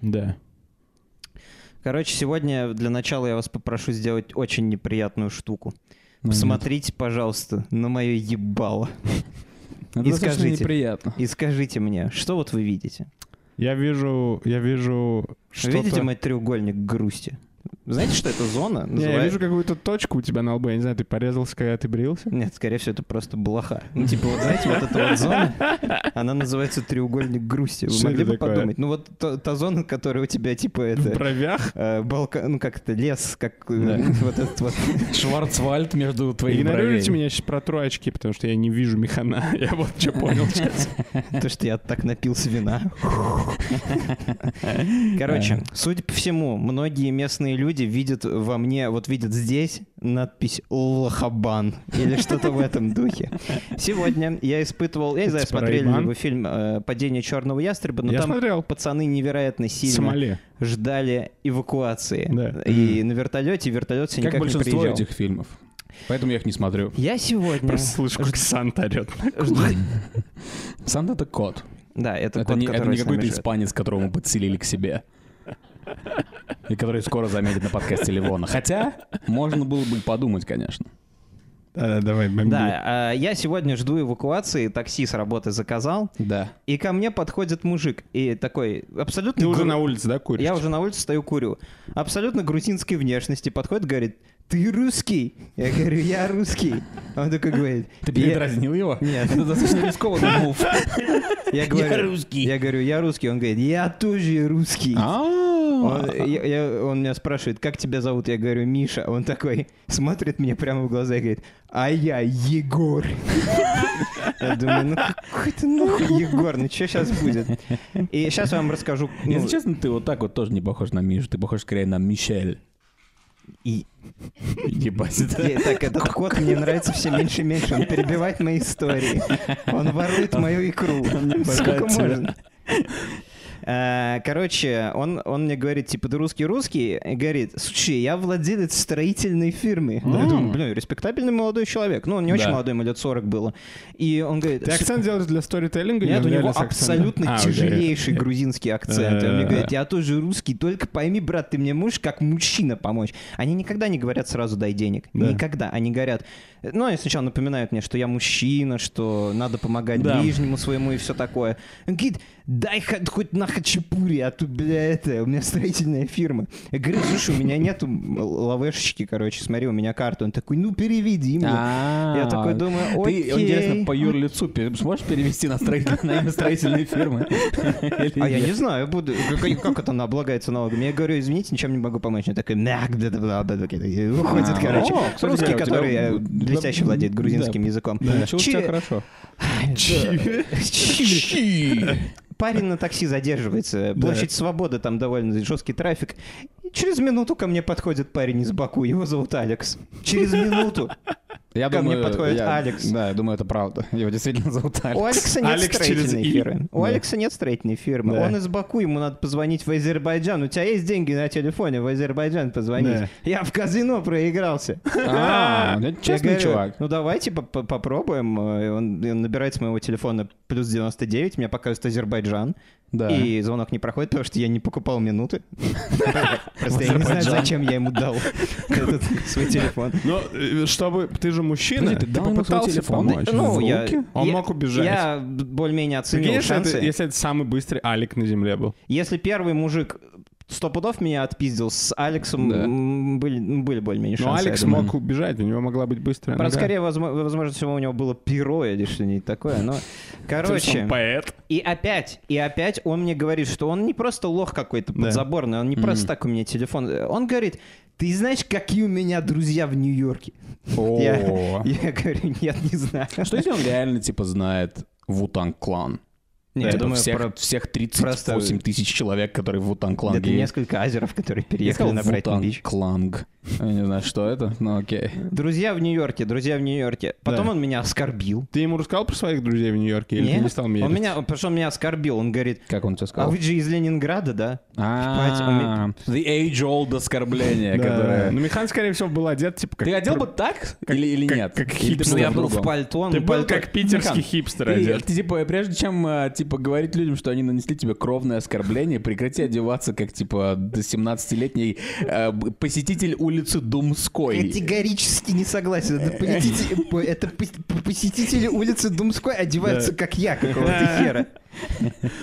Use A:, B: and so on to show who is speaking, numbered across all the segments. A: Да.
B: Короче, сегодня для начала я вас попрошу сделать очень неприятную штуку.
A: Ну,
B: Посмотрите, пожалуйста, на мое ебало.
A: нет. Это
B: и
A: достаточно
B: скажите.
A: неприятно.
B: И скажите мне, что вот вы видите?
C: Я вижу, я вижу что-то...
B: Видите мой треугольник грусти? Знаете, что это зона?
C: Не, я вижу какую-то точку у тебя на лбу. Я не знаю, ты порезался, когда ты брился?
B: Нет, скорее всего, это просто блоха. Ну, типа, вот знаете, вот эта вот зона, она называется треугольник грусти. Вы
C: Что
B: могли
C: это
B: бы
C: такое? Ну,
B: подумать? Ну, вот та, та зона, которая у тебя, типа,
C: В
B: это...
C: бровях?
B: э, Балка... Ну, как это, лес, как э,
A: Да.
B: вот этот вот.
A: Шварцвальд между твоими
C: Игнорируйте
A: бровей.
C: меня сейчас про тру очки, потому что я не вижу механа. Я вот что понял сейчас.
B: То, что я так напился вина. Короче, судя по всему, многие местные люди видят во мне, вот видят здесь надпись «Лохабан» или что-то в этом духе. Сегодня я испытывал, я не знаю,
C: Типа
B: смотрели ли
C: Ray-Ban?
B: вы фильм э, «Падение черного ястреба», но
C: Я
B: Ну, там
C: смотрел.
B: пацаны невероятно сильно
C: Сомали.
B: ждали эвакуации.
C: Да.
B: И на вертолете вертолет все
A: Как
B: никак не
A: большинство
B: приезжал.
A: этих фильмов. Поэтому я их не смотрю.
B: Я сегодня...
C: Просто слышу, как Санта орёт.
B: жду-
A: Санта — это кот.
B: Да, это,
A: Это,
B: кот,
A: не, это
B: который
A: не
B: с нами
A: какой-то
B: живет.
A: испанец, которого мы подселили к себе. И который скоро заметит на подкасте Ливона. Хотя, можно было бы и подумать, конечно.
C: Да, давай, бомби.
B: Да, а, я сегодня жду эвакуации, такси с работы заказал,
A: Да.
B: и ко мне подходит мужик, и такой абсолютно...
C: Ты уже
B: гру-
C: на улице, да, куришь?
B: Я уже на улице стою, курю. Абсолютно грузинской внешности подходит, говорит, ты русский? Я говорю, я русский. Он такой говорит,
A: Ты
B: «Я-
A: передразнил его?
B: Нет.
A: Это достаточно рискованный мув.
B: я, говорю,
A: русский.
B: Я говорю, я русский. Он говорит, я тоже русский. Он, ну,
A: А.
B: я- я- он меня спрашивает, как тебя зовут? Я говорю, Миша. Он такой смотрит мне прямо в глаза и говорит, а я Егор. Я думаю, ну какой ты нахуй Егор, ну что сейчас будет? И сейчас я вам расскажу. ну,
A: Если честно, ты вот так вот тоже не похож на Мишу. Ты похож скорее на Мишель.
B: и-
A: Ебать, это...
B: и- так, этот кот мне нравится все меньше и меньше. Он перебивает мои истории. Он ворует мою икру. Сколько
A: тебя.
B: можно? Э, Короче, он, он мне говорит, типа, ты русский-русский, и говорит, слушай, я владелец строительной фирмы. Я думаю, блин, респектабельный молодой человек. Ну, он не очень
A: Да.
B: молодой, ему лет 40 было. И он говорит...
C: Ты
B: «С-
C: акцент делаешь для сторителлинга? или
B: нет, у
C: он
B: него
C: реально с акцентом?
B: абсолютно
C: А, окей.
B: тяжелейший грузинский акцент. И Он мне
C: Э,
B: говорит, я тоже русский, только пойми, брат, ты мне можешь как мужчина помочь. Они никогда не говорят сразу «дай денег».
C: Да.
B: Никогда. Они говорят... Ну, они сначала напоминают мне, что я мужчина, что надо помогать
A: Да.
B: ближнему своему и все такое. Он говорит, дай ха- хоть на хачапури, а то, бля, это, у меня строительная фирма. Я говорю, слушай, у меня нету м, лавешечки, короче, смотри, у меня карта. Он такой, ну, переведи мне. Я
A: Я
B: такой думаю,
A: А, Ты,
B: окей.
A: интересно, по Юр лицу пер- сможешь перевести на, строитель- на имя строительной фирмы? Или
B: А я
A: нет?
B: не знаю, буду. Как, как это она облагается налогами? Я говорю, извините, ничем не могу помочь. Она такая, мяк, да, да, да, да, да, и уходит,
A: А,
B: короче.
A: о, кстати,
B: Русский,
A: да, у тебя
B: который э,
A: б-
B: блестяще
A: да,
B: владеет грузинским
A: да.
B: языком.
A: Да,
B: Чи-
A: чё у тебя хорошо.
B: Да. Чи- Парень на такси задерживается.
C: Да.
B: Площадь Свободы, там довольно жесткий трафик. И через минуту ко мне подходит парень из Баку, его зовут Алекс. Через минуту.
A: Я
B: Ко мне
A: думаю,
B: подходит
A: я-
B: Алекс.
A: Да, я думаю, это правда. Его действительно зовут
B: У
A: Алекс.
B: Алекса нет
C: Алекс через
B: строительной
C: «и».
B: фирмы. У
C: Да.
B: Алекса нет строительной фирмы.
C: Да.
B: Он из Баку, ему надо позвонить в Азербайджан. У тебя есть деньги на телефоне в Азербайджан позвонить?
C: Да.
B: Я в казино проигрался.
A: А, ну, это
B: Я
A: честный
B: говорю,
A: чувак.
B: Ну давайте поп- поп- попробуем. Э, Он, и он набирает с моего телефона плюс 99, меня показывает Азербайджан.
A: Да.
B: И звонок не проходит, потому что я не покупал минуты. Просто я не знаю,
A: Азербайджан.
B: зачем я ему дал этот свой телефон.
C: Но э, чтобы... Ты же мужчина,
A: Подожди, ты
C: ты
A: дал ему свой
C: попытался
A: телефон?
C: помочь.
B: Ну, я-
C: а Звуки? Он
B: я-
C: мог убежать.
B: Я более-менее
C: Прикинь,
B: оценил
C: если,
B: шансы.
C: это, если это самый быстрый Алик на земле был.
B: Если первый мужик сто пудов меня отпиздил, с Алексом
A: Да.
B: м, были, ну, были более-менее
C: Но
B: шансы. я
C: Алекс
B: думаю.
C: мог убежать, у него могла быть быстрая
B: Правда,
C: нога.
B: скорее, возможно, возможно, всего у него было перо или что-нибудь такое, но...
C: Слушай,
B: Короче,
C: он поэт.
B: и опять, и опять он мне говорит, что он не просто лох какой-то
C: Да.
B: подзаборный, он не просто так у меня телефон... э, Он говорит, ты знаешь, какие у меня друзья в Нью-Йорке? Я,
A: О. А
B: я говорю, нет, не знаю.
A: Что если он реально, типа, знает Вутанг Клан?
B: Не,
A: Типа,
B: Ну, я думаю,
A: всех,
B: про-
A: всех
B: просто-
A: 38 тысяч человек, которые в Вутанг Кланге.
B: это несколько азеров, которые
A: Я
B: переехали
A: сказал
B: на Брайтон-Бич.
A: Вутанг Кланг. Я не знаю, что это, но окей.
B: Друзья в Нью-Йорке, друзья в Нью-Йорке. Потом
C: Да.
B: он меня оскорбил.
C: Ты ему рассказал про своих друзей в Нью-Йорке? Или ты
B: Нет,
C: не стал
B: он
C: мерить?
B: меня, потому что он меня оскорбил. Он говорит,
A: Как он тебе
B: а
A: сказал?
B: вы же из Ленинграда, да?
A: А, The age-old оскорбление,
C: Да.
A: которое...
C: Ну, Михан, скорее всего, был одет, типа, как...
A: Ты одел бы так или, или
C: как-
A: нет?
C: как
A: Или ты
C: хипстер.
A: был
B: я был в
A: другом?
B: пальто. ну,
C: Ты был
B: пальто-
C: как питерский
A: Михан,
C: хипстер
A: Ты,
C: одет.
A: ты, типа, прежде чем, э, типа, говорить людям, что они нанесли тебе кровное оскорбление, прекрати одеваться как, типа, до 17-летний э, б- посетитель улицы Думской.
B: Категорически не согласен. Это, посетите- по- это пос- посетители улицы Думской одеваются, как я, какого-то хера.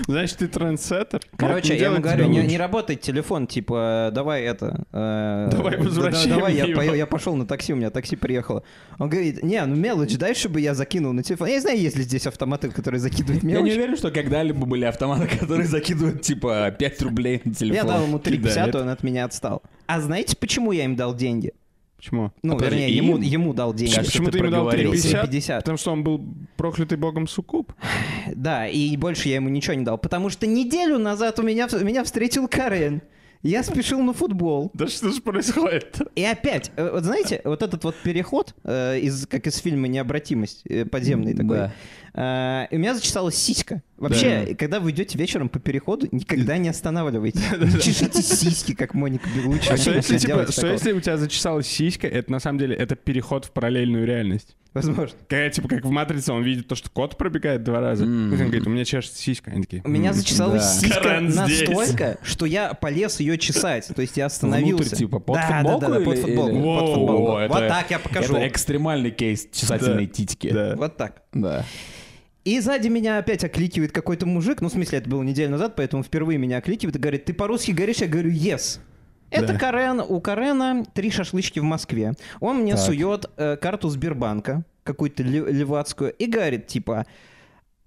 C: Значит, ты трендсеттер.
B: Короче,
C: Вот
B: я ему
C: делай
B: говорю,
C: тебя
B: не,
C: лучше.
B: не работает телефон, типа, давай это... э,
C: Давай
B: да-
C: возвращаем
B: да- Давай, я
C: его.
B: пою- я пошел на такси, у меня такси приехало. Он говорит, не, ну мелочь, дай, чтобы я закинул на телефон. Я не знаю, есть ли здесь автоматы, которые закидывают
A: Я не
B: мелочь.
A: уверен, что когда-либо были автоматы, которые закидывают, типа, 5 рублей на телефон.
B: Я дал ему 3,50,
A: Кидали.
B: он от меня отстал. А знаете, почему я им дал деньги?
C: Почему?
B: Ну,
A: подожди,
B: вернее, ему,
A: им?
B: ему дал деньги.
A: Кажется,
C: Почему
A: ты
C: ты ему дал
A: проговорился.
C: 350?
B: 3,50.
C: Потому что он был проклятый богом суккуб.
B: Да, и больше я ему ничего не дал, потому что неделю назад у меня, в- меня встретил Карен. Я спешил на футбол.
C: Да что же происходит
B: И опять, э, вот знаете, вот этот вот переход, э, из, как из фильма «Необратимость», э, подземный такой,
A: Да.
B: э, и у меня зачесалась сиська. Вообще, когда вы идете вечером по переходу, никогда не останавливайтесь. Не чешите сиськи, как Моника Белучи.
C: А что
B: Вообще
C: если,
B: не
C: типа,
B: делайте
C: что
B: такого.
C: если у тебя зачесалась сиська, это на самом деле это переход в параллельную реальность?
B: Возможно.
C: Когда, типа, как в «Матрице», он видит то, что кот пробегает два раза.
A: М.
C: Он говорит, у меня чешется сиська. Они такие,
B: У меня
C: «М,
B: зачесалась
A: да.
B: сиська
C: Карен здесь.
B: настолько, что я полез ее чесать. То есть я остановился.
A: Внутрь, типа, под
B: Да, да,
A: футболку
B: да, под
A: или-
B: футболку.
A: или-
B: под
C: Воу,
B: футболку.
A: это-
B: Вот так я покажу.
A: Это экстремальный кейс чесательной
C: Да.
A: титьки.
C: Да.
B: Вот так.
A: Да.
B: И сзади меня опять окликивает какой-то мужик, ну, в смысле, это было неделю назад, поэтому впервые меня окликивает и говорит, ты по-русски говоришь? Я говорю, yes. Это
C: Да.
B: Карен, у Карена три шашлычки в Москве. Он мне
A: Так.
B: сует э, карту Сбербанка, какую-то лев- левацкую, и говорит, типа,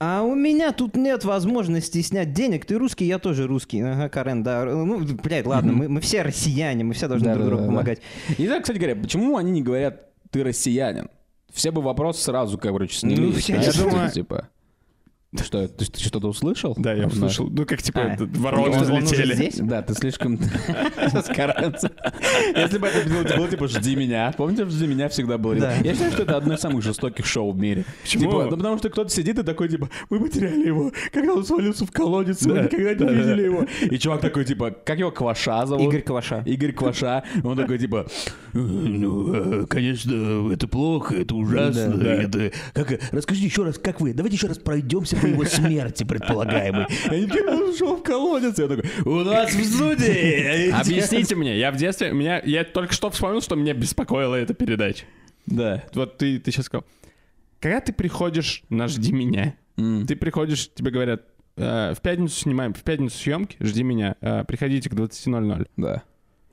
B: а у меня тут нет возможности снять денег, ты русский, я тоже русский. Ага, Карен, да, ну, блядь, ладно, мы, мы все россияне, мы все должны друг другу
A: Да-да-да-да.
B: помогать.
A: Не знаю, кстати говоря, почему они не говорят «ты россиянин»? Все бы вопрос сразу, как бы,
B: Ну,
A: снялись.
B: я
A: знаешь,
C: думаю-
A: Типа, ты что, ты, ты что-то услышал?
C: Да, я
A: Да.
C: услышал. Ну, как, типа,
B: А.
C: этот вороны
B: Он уже
C: взлетели.
B: здесь?
A: Да, ты слишком скараться. Если бы это было, было, типа «Жди меня». Помните, «Жди меня» всегда было?
B: Да.
A: Я считаю, что это одно из самых жестоких шоу в мире.
C: Почему?
A: Типа, ну, потому что кто-то сидит и такой, типа, мы потеряли его, когда он свалился в колодец, мы
C: Да,
A: никогда не
C: да, да,
A: видели
C: да.
A: его. И чувак такой, типа, как его Кваша зовут?
B: Игорь Кваша.
A: Игорь Кваша, он такой типа,
D: Ну, э, конечно, это плохо, это ужасно. это- Как, расскажите еще раз, как вы? Давайте еще раз пройдемся по его смерти предполагаемой.
A: «И они такие, он ушел в колодец. Я такой, у нас в студии.
C: Объясните мне, я в детстве, меня, я только что вспомнил, что меня беспокоила эта передача.
A: Да.
C: Вот ты, ты сейчас сказал. Когда ты приходишь на «Жди меня», ты приходишь, тебе говорят, «Э, в пятницу снимаем, в пятницу съемки, жди меня, э, приходите к 20.00.
A: Да.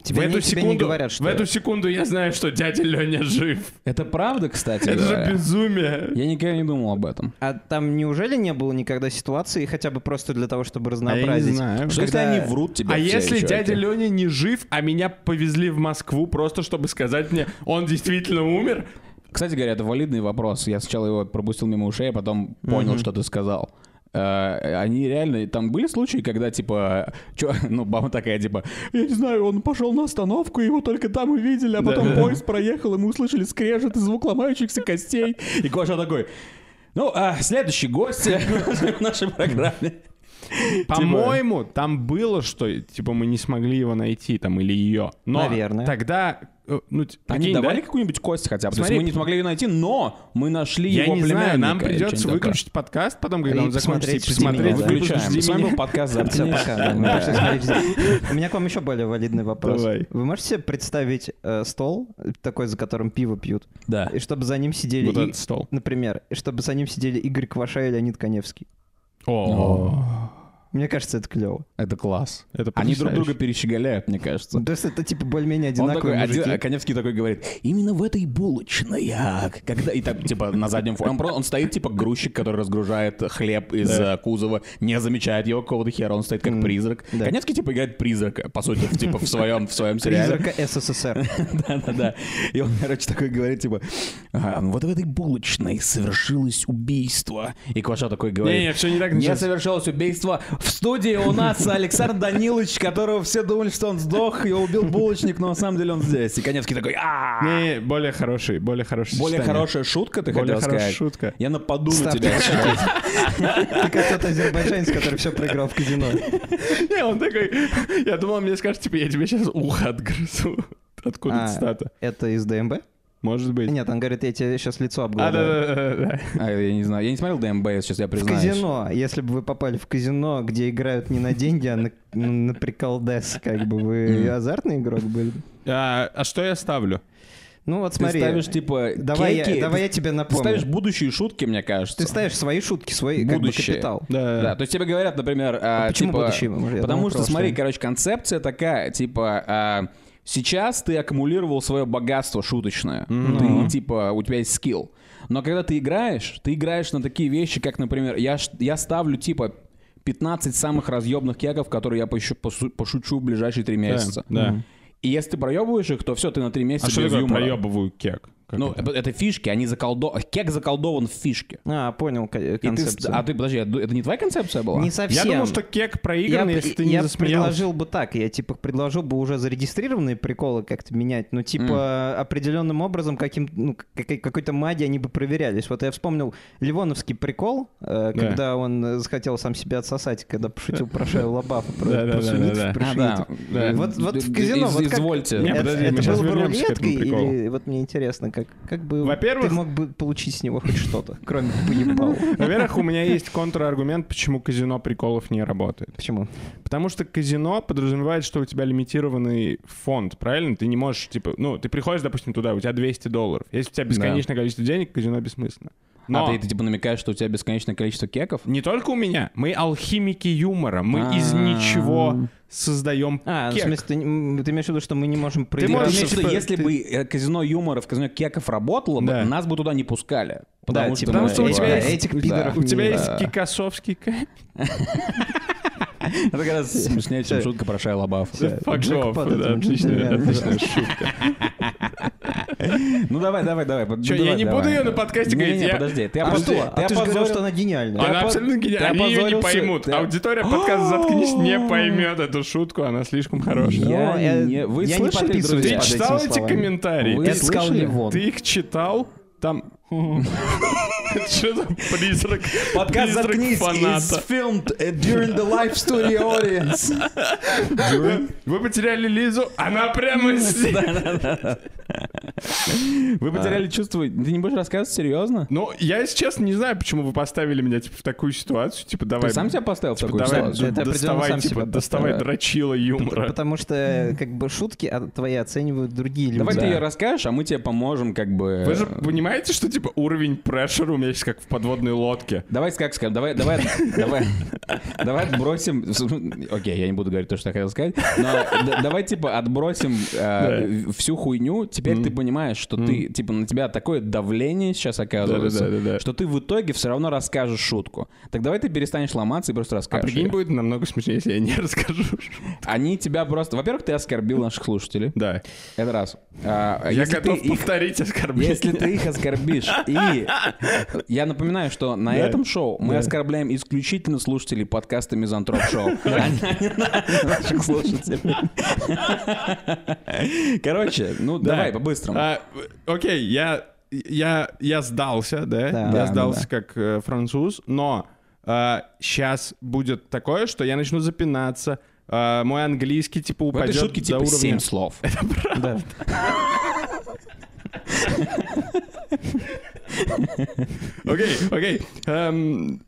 B: Тебе,
C: в
B: не,
C: эту
B: тебе
C: секунду,
B: не говорят, что...
C: в эту секунду я знаю, что дядя Леня жив.
A: Это правда, кстати.
C: Это
A: говоря.
C: же безумие.
A: Я никогда не думал об этом.
B: А там неужели не было никогда ситуации, хотя бы просто для того, чтобы разнообразить?
C: знаю.
A: Что
B: Когда-
A: если они врут тебе?
C: А
A: все
C: если
A: еще,
C: дядя
A: эти?
C: Леня не жив, а меня повезли в Москву просто чтобы сказать мне, он действительно умер?
A: Кстати говоря, это валидный вопрос. Я сначала его пропустил мимо ушей, а потом понял, что ты сказал. Э, Они реально... Там были случаи, когда, типа... чё- ну, баба такая, типа... Я не знаю, он пошел на остановку, его только там увидели, а потом поезд проехал, и мы услышали скрежет и звук ломающихся костей. И Кваша такой... Ну, а следующий гость в нашей программе. Типа
C: По-моему, там было, что типа мы не смогли его найти, там или ее. Но
B: Наверное.
C: Тогда, э, ну, т-
A: Они
C: прикинь, да?
A: давали какую-нибудь кость хотя бы? То есть
C: Смотри.
A: мы не смогли ее найти, но мы нашли
C: Я
A: его
C: не знаю, нам
A: племянника или
C: придется
A: что-нибудь
C: выключить подкаст, потом, когда
B: И
C: он закончится, и
B: посмотреть, «Жди меня»,
C: посмотреть,
B: да.
A: такое.
C: выпуск
A: Выключаем.
C: «Жди
A: С вами
C: меня».
A: был подкаст
B: Всё,
A: «Заткнись».
B: пока, да, мы
A: Да.
B: пошли смотреть здесь. У меня к вам еще более валидный вопрос.
C: Давай.
B: Вы можете себе представить э, стол, э, такой, за которым пиво пьют,
A: Да.
B: и чтобы за ним сидели,
C: Вот
B: и-
C: этот стол.
B: например, и чтобы за ним сидели Игорь Кваша и Леонид Коневский?
C: О,
B: Мне кажется, это клево.
A: Это класс.
C: Это
A: Они друг
C: потрясающе.
A: друга перещеголяют, мне кажется.
B: Ну, то есть это типа более-менее
A: Он
B: одинаковые
A: такой,
B: мужики.
A: один- Коневский такой говорит, именно в этой булочной, я, когда и там типа на заднем фоне, он, про- он стоит типа грузчик, который разгружает хлеб из э, кузова, не замечает его какого-то хера, он стоит как призрак.
B: да.
A: Коневский типа играет призрака, по сути, в- типа в своем в своем сериале.
B: Призрака СССР.
A: Да-да-да. И он, короче, такой говорит, типа, «А, вот в этой булочной совершилось убийство. И Кваша такой говорит,
C: Не-не, все не так
A: не
C: началось.
A: совершилось убийство. В студии у нас Александр Данилович, которого все думали, что он сдох, его убил булочник, но на самом деле он здесь. И Коневский такой, а
B: Ну,
C: Не, более хороший, более хороший.
A: более хорошая шутка, ты
C: Более
A: хотел
C: хорошая
A: сказать?
C: шутка.
A: Я нападу на
B: Ставьте
A: тебя. сейчас.
B: Ты как тот азербайджанец, который все проиграл в казино.
C: Не, он такой, я думал, он мне скажет, типа, я тебе сейчас ухо отгрызу. Откуда
B: А,
C: цитата?
B: Это из ДМБ?
C: Может быть.
B: Нет, ну, он говорит, я тебе сейчас лицо
C: А,
B: обгладаю.
C: да-да-да.
A: А, я не знаю, я не смотрел ДМБ, если сейчас я
B: В
A: признаюсь.
B: казино, если бы вы попали в казино, где играют не на деньги, а на, на приколдес, как бы вы азартный игрок были.
C: А а что я ставлю?
B: Ну вот
A: Ты
B: смотри.
A: ставишь, типа,
B: давай,
A: кеки,
B: я, давай
A: ты-
B: я тебе
A: Ты
B: напомню.
A: ставишь будущие шутки, мне кажется.
B: Ты ставишь свои шутки, свой как бы,
A: Будущее.
B: капитал.
A: Да, то есть тебе говорят, например, а,
B: почему
A: типа,
B: будущее? Я думал,
A: Потому что,
B: прошлое.
A: смотри, короче, концепция такая, типа, а, сейчас ты аккумулировал свое богатство шуточное, ты типа у тебя есть скилл, но когда ты играешь, ты играешь на такие вещи, как, например, я ш- я ставлю типа 15 самых разъемных кеков, которые я пощу- посу- пошучу в ближайшие три месяца.
C: да.
A: И если ты проебываешь их, то все, ты на три месяца
C: А что
A: без
C: такое
A: юмора.
C: проебываю кек? Как
A: Ну,
C: это?
A: это? фишки, они заколдованы. Кек заколдован в фишке.
B: А, понял ко-
A: И ты,
B: концепцию.
A: а ты, подожди, я ду- это не твоя концепция была?
B: Не совсем.
C: Я думал, что кек
B: я,
C: проигран,
B: пр-
C: если ты не
B: я
C: засмеялся.
B: предложил бы так, я типа предложил бы уже зарегистрированные приколы как-то менять, но типа определенным образом каким ну, к- какой- какой-то магией они бы проверялись. Вот я вспомнил Ливоновский прикол, э,
C: Да.
B: когда он э, захотел сам себя отсосать, когда пошутил про Шею Лабафа, про,
C: Да-да-да-да-да.
B: про Шунитов, про
A: А,
B: Шунитов.
A: да.
C: Да.
B: Э, Вот, вот в
A: Из-
B: казино, вот как-
A: Извольте.
C: Не,
B: это,
C: подожди, мы
B: это
C: сейчас
B: было бы
C: вернемся к этому
B: рулеткой
C: приколу.
B: или вот мне интересно, как, как бы
C: Во-первых-
B: ты мог бы получить с него хоть что-то, кроме поебал.
C: Во-первых, у меня есть контраргумент, почему казино приколов не работает.
B: Почему?
C: Потому что казино подразумевает, что у тебя лимитированный фонд, правильно? Ты не можешь, типа, ну, ты приходишь, допустим, туда, у тебя 200 долларов. Если у тебя бесконечное количество денег, казино бессмысленно. Но
A: А ты, ты, типа намекаешь, что у тебя бесконечное количество кеков?
C: не только у меня, мы алхимики юмора, мы из
A: А.
C: ничего создаем
B: А,
C: кек.
B: в смысле, ты, не- м, ты имеешь в виду, что мы не можем
A: Ты
B: проиграть?
A: имеешь
C: можешь-
A: в виду,
C: типа,
A: если
C: ты-
A: бы э, казино юмора в казино кеков работало, бы,
C: Да.
A: нас бы туда не пускали. Потому что,
B: типа,
A: мы-
C: Потому что у
B: Э,
C: тебя
B: да,
C: есть...
B: этих
C: да.
B: пидоров
C: У тебя
B: не-
C: есть кикосовский кек.
A: Это как раз смешнее, чем шутка про Шайла Баффа.
C: Fuck
B: джекпот
C: off,
B: этому
C: да, Отличная
B: джентльмену.
C: отличная
B: А
C: шутка.
A: Ну давай, давай, давай. под-
C: Чё,
A: давай,
C: я не
A: давай.
C: буду её на подкасте
A: Не-не-не,
C: говорить, я-
A: подожди, А, ты
B: А
A: опозди-
B: что?
A: ты
B: А ты же говорил,
A: опозорил-
B: что она гениальна.
C: Она
A: опоз-
C: абсолютно гениальна.
A: ты
C: Они ее не
A: опозорился,
C: поймут.
A: ты-
C: Аудитория подкаста «Заткнись» не поймет эту шутку, она слишком хорошая.
B: Но
A: Я
B: я-
A: не... Вы
B: я не
A: слышали,
B: подписываюсь
A: друзья?
C: Ты
B: под этими
C: читал эти
B: словами.
C: комментарии?
A: Вы
C: Ты
B: Это сказал
A: слышали?
B: Левон.
C: Ты их читал? Там... Что за призрак?
A: Подкаст
C: призрак
A: «Заткнись»
C: фаната.
A: is filmed uh, during the live studio audience.
C: Вы потеряли Лизу? Она прямо здесь.
A: Вы потеряли чувство... А. Ты не будешь рассказывать серьезно?
C: Ну, я, если честно, не знаю, почему вы поставили меня типа, в такую ситуацию. Типа, давай...
A: Ты сам себя поставил в
C: типа,
A: такую
C: давай,
A: ситуацию?
C: д-
B: Это определенно
C: доставай,
B: сам
C: типа,
B: себя
C: доставай
B: поставил.
C: дрочила юмора.
B: Потому что, э, как бы, шутки от- твои оценивают другие люди.
A: Давай ты
B: Да.
A: ее расскажешь, а мы тебе поможем, как бы.
C: Вы же понимаете, что, типа, уровень прешера у меня сейчас как в подводной лодке.
A: Давай как скажем, давай, давай, давай, давай отбросим. Окей, я не буду говорить то, что я хотел сказать, но д- давай типа отбросим э, всю хуйню. Теперь ты понимаешь, что ты типа на тебя такое давление сейчас
C: Да-да-да-да-да.
A: оказывается, что ты в итоге все равно расскажешь шутку. Так давай ты перестанешь ломаться и просто
C: А
A: расскажешь.
C: прикинь,
A: её.
C: будет намного смешнее, если я не расскажу.
A: Они тебя просто, во-первых, ты оскорбил наших слушателей.
C: Да.
A: Это раз. А,
C: Я
A: если ты
C: готов
A: их
C: повторить оскорбление.
A: Если ты их оскорбишь. И я напоминаю, что на
C: Да.
A: этом шоу мы оскорбляем исключительно слушателей подкаста Мизантроп Шоу. А не наших слушателей. Короче, ну
C: Да.
A: давай по-быстрому.
C: А, э, Окей, я, я, я сдался, да?
B: Да.
C: я
B: Да,
A: ну
C: сдался как э, француз, но сейчас будет такое, что я начну запинаться, э, мой английский типа
A: В этой
C: упадет
A: шутке
C: до
A: типа
C: уровня...
A: семь слов.
B: Да.
C: Окей, окей. эм,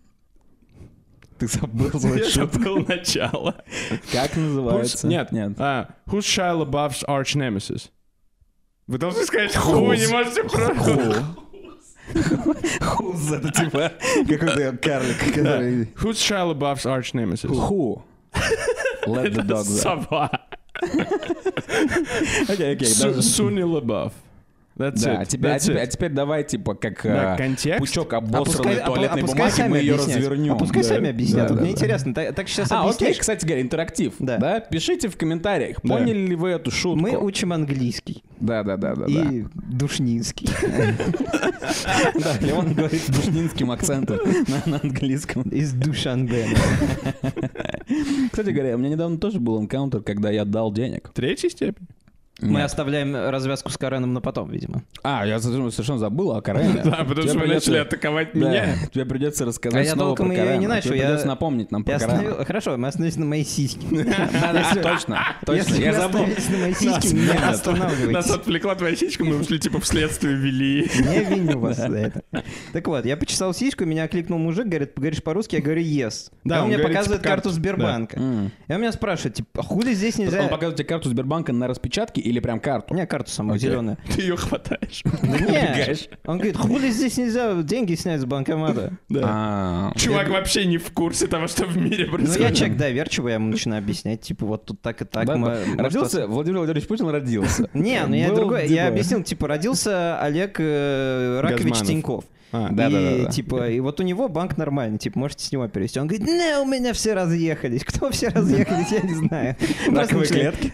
A: Ты забыл
C: я
A: свою шутку.
C: забыл начало.
A: Как
C: Who's-
A: называется?
C: Нет, А, нет.
A: Нет.
C: Who's Shia LaBeouf's arch nemesis? Вы должны сказать ху, вы не можете просто...
A: Хуз,
C: Ну,
A: это типа какой-то карлик, который...
C: Who's Shia LaBeouf's arch nemesis?
A: Ху. Let the dogs out.
C: Сова.
A: Окей, окей.
C: Су-
A: даже-
C: Суни LaBeouf. That's
A: Да,
C: it,
A: а теперь, а
C: that's
A: теперь-
C: it.
A: а теперь давай, типа, как
C: Да,
A: э,
C: контекст.
A: пучок
B: Опускай-
A: обосранной
B: опу-
A: туалетной
B: опускай
A: бумаги,
B: сами
A: мы ее
B: объяснять.
A: развернем.
B: А пускай
A: Да.
B: сами объяснят.
A: Да,
B: Вот
A: да,
B: Мне
A: да.
B: интересно. Так так сейчас
A: А, окей,
B: объясняешь.
A: кстати говоря, интерактив. Да.
B: Да.
A: Пишите в комментариях,
C: Да.
A: поняли ли вы эту шутку.
B: Мы учим английский
A: Да, да, да, да. да.
B: и душнинский.
A: Да, Леон говорит с душнинским акцентом на, на английском.
B: Из Душанбе.
A: Кстати говоря, у меня недавно тоже был энкаунтер, когда я дал денег.
C: Третья степень?
B: Мы оставляем развязку с Кареном на потом, видимо.
A: А, я за- совершенно забыл
B: а
A: о Карене.
C: Да, потому
A: Тебе
C: что вы
A: придётся-
C: начали атаковать
A: Да,
C: меня.
A: тебе придется
B: А
A: рассказать
B: я
A: снова
B: толком
A: про
B: её и
A: Карена.
B: не начал,
A: Тебе
B: я-
A: придется напомнить нам
B: Я
A: про Карена.
B: остановил- Хорошо, мы остановились на моей сиське.
A: Да, Точно, точно,
B: Если
A: я
B: вы
A: забыл.
B: остановились на моей сиське, не
C: Нас
B: останавливайтесь.
C: отвлекла твоя сичка, мы ушли типа вследствие вели.
B: Не виню вас за это. Так вот, я почесал сиську, меня окликнул мужик, говорит, говоришь по-русски? Я говорю, yes.
C: Да,
B: Да,
C: он
B: он мне
C: говорит,
B: показывает
C: типа, карту.
B: карту Сбербанка.
A: М.
B: И он меня спрашивает, типа, хули здесь
A: Он
B: нельзя...
A: показывает тебе карту Сбербанка на распечатке или прям
B: У
A: карту?
B: меня карту самую
A: Окей.
B: зеленую.
C: Ты ее хватаешь.
B: Да
A: Убегаешь.
B: нет. Он говорит, хули здесь нельзя деньги снять с банкомата.
C: Да.
A: А,
C: Чувак вообще не в курсе того, что в мире
B: Ну, я
C: происходит.
B: человек доверчивый, я ему начинаю объяснять, типа, вот тут так и так.
A: да,
B: мы-
A: да.
B: мы что-то-
A: Родился Владимир Владимирович Путин родился.
B: Не, ну я
A: Был
B: другой,
A: дебой.
B: я объяснил, типа, родился Олег э, Ракович
C: Газманов.
B: Тиньков.
C: А,
B: и,
A: да-да-да-да.
B: типа, и вот у него банк нормальный, типа, можете с него перевести. Он говорит, не, у меня все разъехались. Кто все разъехались, я не знаю.
A: Раковые
B: клетки?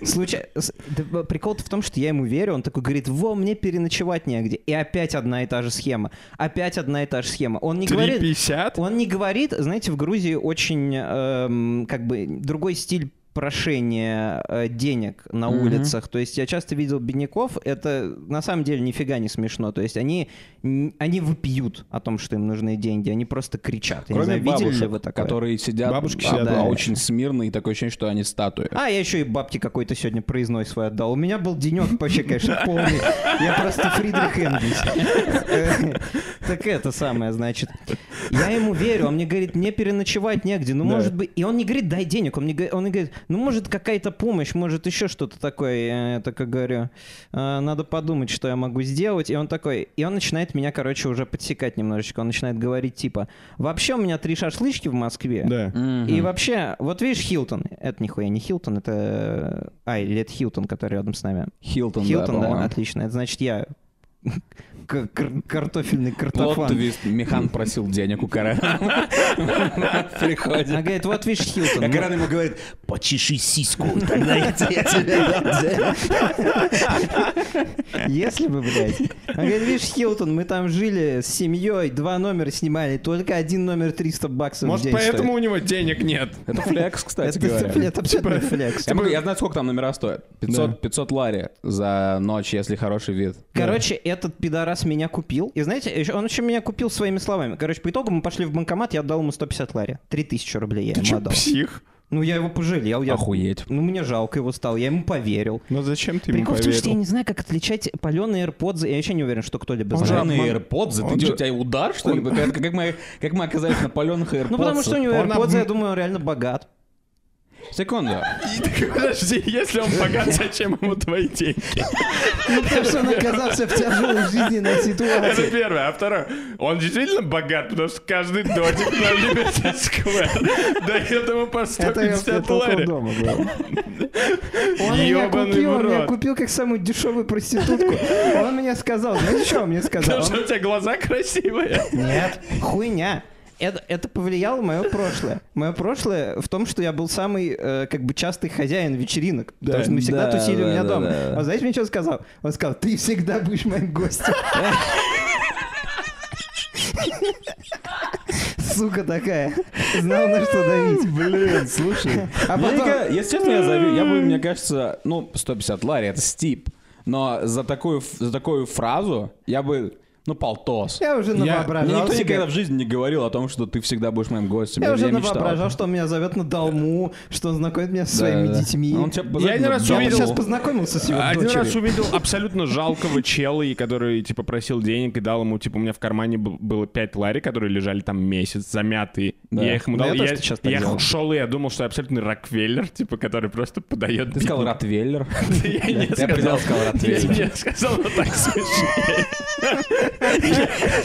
B: прикол в том, что я ему верю, он такой говорит, во, мне переночевать негде. И опять одна и та же схема. Опять одна и та же схема. Он не говорит...
C: 3,50?
B: Он не говорит, знаете, в Грузии очень эм, как бы другой стиль прошения э, денег на
A: Мгм.
B: улицах. То есть я часто видел бедняков, это на самом деле нифига не смешно. То есть они, н- они выпьют о том, что им нужны деньги, они просто кричат. Я не
A: Кроме
B: знаю, видели ли
A: бабушек,
B: вы такое?
A: которые сидят,
C: Бабушки
A: а,
C: сидят,
A: да,
C: да.
A: очень смирно, и такое ощущение, что они статуи.
B: А, я еще и бабки какой-то сегодня проездной свой отдал. У меня был денек вообще, конечно, полный. Я просто Фридрих Энгельс. Так это самое, значит. Я ему верю, он мне говорит, мне переночевать негде. Ну,
C: Да.
B: может быть... И он не говорит, дай денег. Он мне га- он мне говорит, ну, может, какая-то помощь, может, еще что-то такое. Я такой говорю, «Э, надо подумать, что я могу сделать. И он такой... И он начинает меня, короче, уже подсекать немножечко. Он начинает говорить, типа, вообще у меня три шашлычки в Москве.
C: Да.
A: Мгм.
B: И вообще, вот видишь, Хилтон. Это нихуя не Хилтон, это... э, Ай, лет Хилтон, который рядом с нами.
A: Хилтон,
B: Хилтон, да,
A: да,
B: отлично. Это значит, я к- кар- картофельный картофан.
A: Плот-твист. Механ просил денег у Карена.
B: Она
A: Приходит.
B: говорит, вот видишь, Хилтон.
A: А Карен ему говорит,
D: Почеши сиську, тогда я тебе- я тебе дам.
B: Ну, Если бы, блядь. Она говорит, видишь, Хилтон, мы там жили с семьей, два номера снимали, только один номер 300 баксов в
C: Может,
B: день
C: поэтому
B: стоит.
C: у него денег нет?
A: это флекс, кстати
B: Это- Это,
A: говоря.
B: блядь, абсолютно
C: типа,
B: флекс.
A: Я, могу- я знаю, сколько там номера стоят. 500, 500 лари за ночь, если хороший вид.
B: Короче, этот пидорас меня купил. И знаете, ещё- он еще меня купил своими словами. Короче, по итогу мы пошли в банкомат, я отдал ему 150 лари. 3000 рублей я
C: Ты
B: ему
C: чё,
B: отдал.
C: псих?
B: Ну, я его пожалел. Я...
A: Охуеть.
B: Ну, мне жалко его стало, я ему поверил.
C: Ну зачем ты ему
B: Прикол в том, что я
C: поверил?
B: не знаю, как отличать паленые AirPods. Я вообще не уверен, что кто-либо
A: Он же
B: знает.
A: на
C: обман-
A: AirPods,
C: он
A: ты
C: же-
A: у тебя удар, что ли? Как, как мы, как мы оказались на паленых AirPods?
B: Ну, потому что у него
C: Он
B: AirPods,
C: обм-
B: я думаю, он реально богат.
A: Секунду.
C: А Подожди, если он богат, зачем ему твои деньги?
B: Ну, потому что он оказался в тяжелой жизненной
C: Это
B: ситуации.
C: первое. А второе, он действительно богат, потому что каждый дотик на Liberty Square дает ему по
B: Это я
C: 150
B: только у
C: лари.
B: дома был. Он меня
C: Ёбаный
B: купил, он меня
C: мрот.
B: купил как самую дешевую проститутку. Он мне сказал, знаешь, что он мне сказал?
C: Потому что у
B: Он
C: тебя глаза красивые.
B: Нет, хуйня. Это, это повлияло мое прошлое. Мое прошлое в том, что я был самый, э, как бы, частый хозяин вечеринок.
C: Да.
B: потому что мы всегда
A: Да,
B: тусили у
A: да,
B: меня
A: да,
B: дома.
A: да.
B: Он, знаете, мне что сказал? Он сказал, ты всегда будешь моим гостем. Сука такая. Знал, на что давить.
A: Блин, слушай.
B: А
A: Я не
B: потом-
A: га- если честно, я завидую. Я бы, мне кажется, ну, 150 лари, это стип. Но за такую, ф- за такую фразу я бы, ну, полтос.
B: Я уже
C: Я-
A: Мне
B: навоображал
A: никто никогда
B: себе.
A: в жизни не говорил о том, что ты всегда будешь моим гостем.
B: Я уже
A: мечтал.
B: навоображал, что он меня зовет на долму, что он знакомит меня со
A: Да,
B: своими
A: да.
B: детьми.
A: Он тебя
C: Я один
A: на
C: раз
A: дом.
B: Я
C: увидел-
B: сейчас познакомился с его
C: Один
B: дочерью.
C: раз увидел абсолютно жалкого чела, и который, типа, просил денег и дал ему, типа, у меня в кармане б- было 5 лари, которые лежали там месяц, замятые.
A: Да.
C: Я их ему
B: Ну,
C: дал.
B: я
C: и
B: тоже сейчас так
C: я
B: делал.
C: шел, и я думал, что я абсолютно Рокфеллер, типа, который просто подает
A: Ты сказал Ротвейлер.
C: Я не
A: Я бы
C: сказал.
A: взял, сказал
C: Я
A: Ротвейлер.
C: я сказал, но так смешнее. Я-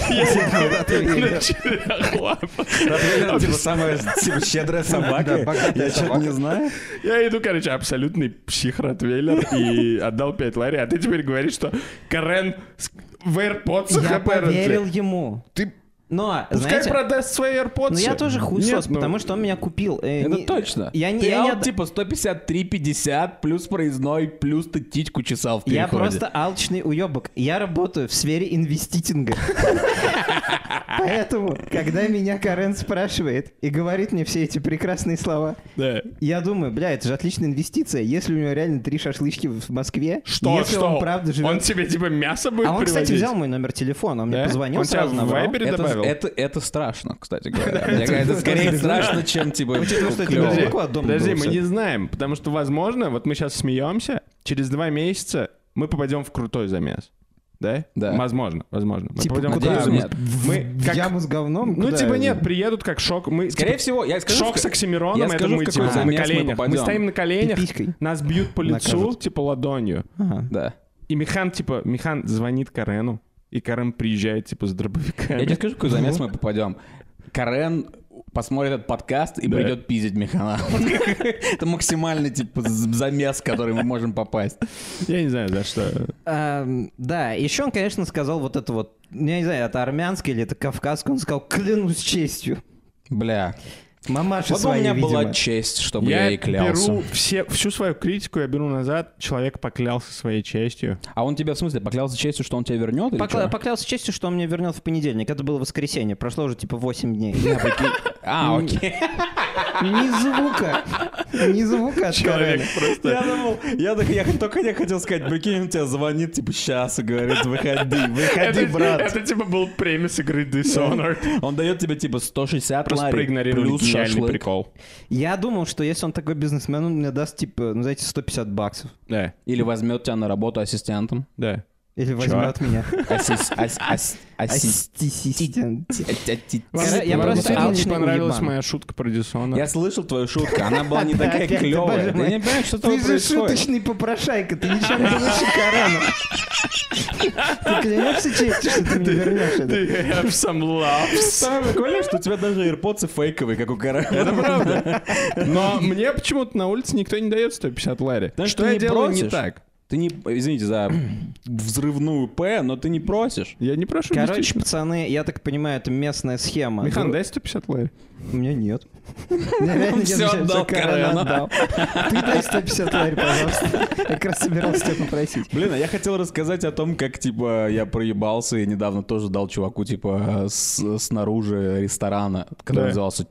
C: я- Нахуй.
A: Ротвейлер, типа, самая типа, щедрая собака. Я что-то не знаю.
C: Я иду, короче, абсолютный псих Ротвейлер и отдал 5 лари, а ты теперь говоришь, что Карен с- в AirPods
B: Я
C: apparently.
B: поверил ему.
C: Ты
B: Но,
C: пускай
B: знаете,
C: продаст свои AirPods.
B: ну я тоже хуйсос,
C: Нет, ну,
B: потому что он меня купил. Э,
A: Это
B: не-
A: точно.
B: Я, не-
A: ты
B: я, не
A: аут,
B: от-
A: типа 153,50 плюс проездной, плюс ты титьку чесал в
B: я
A: переходе.
B: просто алчный уебок. Я работаю в сфере инвеститинга. Поэтому, когда меня Карен спрашивает и говорит мне все эти прекрасные слова,
C: Да.
B: я думаю, бля, это же отличная инвестиция, если у него реально три шашлычки в Москве,
C: Что,
B: если
C: что?
B: он правда живет...
C: Он тебе типа мясо будет
B: А он, кстати,
C: привозить?
B: взял мой номер телефона, он мне
C: Да?
B: позвонил
C: Он тебя
B: сразу
C: в
B: набрал.
C: Viber
A: Это,
C: добавил?
A: это, это страшно, кстати говоря. Мне кажется, это скорее страшно, чем типа
B: Учитывая, что это
A: клёво.
B: недалеко.
C: Подожди,
B: от дома
C: подожди,
B: было
C: мы
B: всё.
C: не знаем, потому что, возможно, вот мы сейчас смеемся, через два месяца мы попадем в крутой замес. Да?
A: Да.
C: Возможно, возможно. Мы
B: Типа,
C: попадем в
A: надеюсь,
C: крутой замес.
A: нет.
C: Мы как-
B: В яму с говном?
C: Ну,
B: Куда?
C: типа, нет, приедут как шок. Мы,
A: Скорее
C: типа,
A: всего, я скажу,
C: шок с
A: что-
C: Оксимироном,
A: я
C: это
A: скажу,
C: мы,
A: в
C: типа,
A: какой
C: на
A: замес мы
C: коленях. Мы,
A: попадем.
C: стоим на коленях,
B: Пиписькой.
C: нас бьют по лицу,
B: Накажут.
C: типа, ладонью.
B: Ага.
A: Да.
C: И Михан, типа, Михан звонит Карену, и Карен приезжает, типа, с дробовиками.
A: Я тебе скажу, в какой замес мы попадем. Карен посмотрит этот подкаст и
C: Да.
A: придет пиздить Михана. Это максимальный типа з- замес, в который мы можем попасть.
C: Я не знаю, за что.
B: Ам, Эм, да, еще он, конечно, сказал вот это вот, я не знаю, это армянский или это кавказский, он сказал, клянусь честью.
A: Бля.
B: Мамаша
A: Вот бы у меня
B: видимо.
A: была честь, чтобы я
C: Я
A: ей клялся.
C: беру все, всю свою критику, я беру назад. Человек поклялся своей честью.
A: А он тебя в смысле поклялся честью, что он тебя вернет? или
B: Покля-
A: чё?
B: Поклялся честью, что он мне вернет в понедельник. Это было воскресенье, прошло уже типа 8 дней.
A: А, окей.
B: Ни звука, ни звука от Карена.
A: Я думал, я, так- я только я хотел сказать, прикинь, он тебя звонит, типа, сейчас и говорит, выходи, выходи, брат.
C: это, типа был премис игры Dishonored.
A: Он дает тебе, типа, 160
C: Просто
A: лари,
C: проигнорировали
A: плюс
C: гениальный
A: шашлык.
C: прикол.
B: Я думал, что если он такой бизнесмен, он мне даст типа, ну знаете, 150 баксов.
C: Да,
A: Или возьмет тебя на работу ассистентом.
C: да.
B: Или возьмет меня.
A: Ассис- ас- ас- асис-
B: Ассистент.
A: Я
B: Вам- я
C: вам
B: просто
C: действительно
B: алчный
C: понравилась
B: уебан.
C: моя шутка про Dishonored?
A: слышал твою шутку, она была не
B: Да,
A: такая
B: опять ты,
A: клевая.
B: боже мой.
A: Я не понимаю, что с тобой
B: Ты же
A: происходит.
B: шуточный попрошайка, ты ничем не лучше Карена. Ты клянешься честью, что ты мне вернешь это?
C: have some laughs.
A: Самое прикольное, что у тебя даже AirPods фейковые, как у Карена.
C: Это правда. Но мне почему-то на улице никто не дает 150 лари.
A: Потому что
C: Что
A: ты
C: я
A: не
C: делаю не
A: просишь.
C: так?
A: Ты не, извините за взрывную П, но ты не просишь.
C: Я не прошу
B: Короче,
C: действительно.
B: пацаны, я так понимаю, это местная схема.
C: Михан,
B: Ну,
C: дай 150 лари.
B: У меня нет. Я реально
A: Всё
B: не знаю, что
A: отдал Карену.
B: Карен отдал. Ты дай 150 ларь, пожалуйста. Я как раз собирался тебя попросить.
A: Блин, а я хотел рассказать о том, как, типа, я проебался и недавно тоже дал чуваку, типа, с- снаружи ресторана, который
C: Да.
A: назывался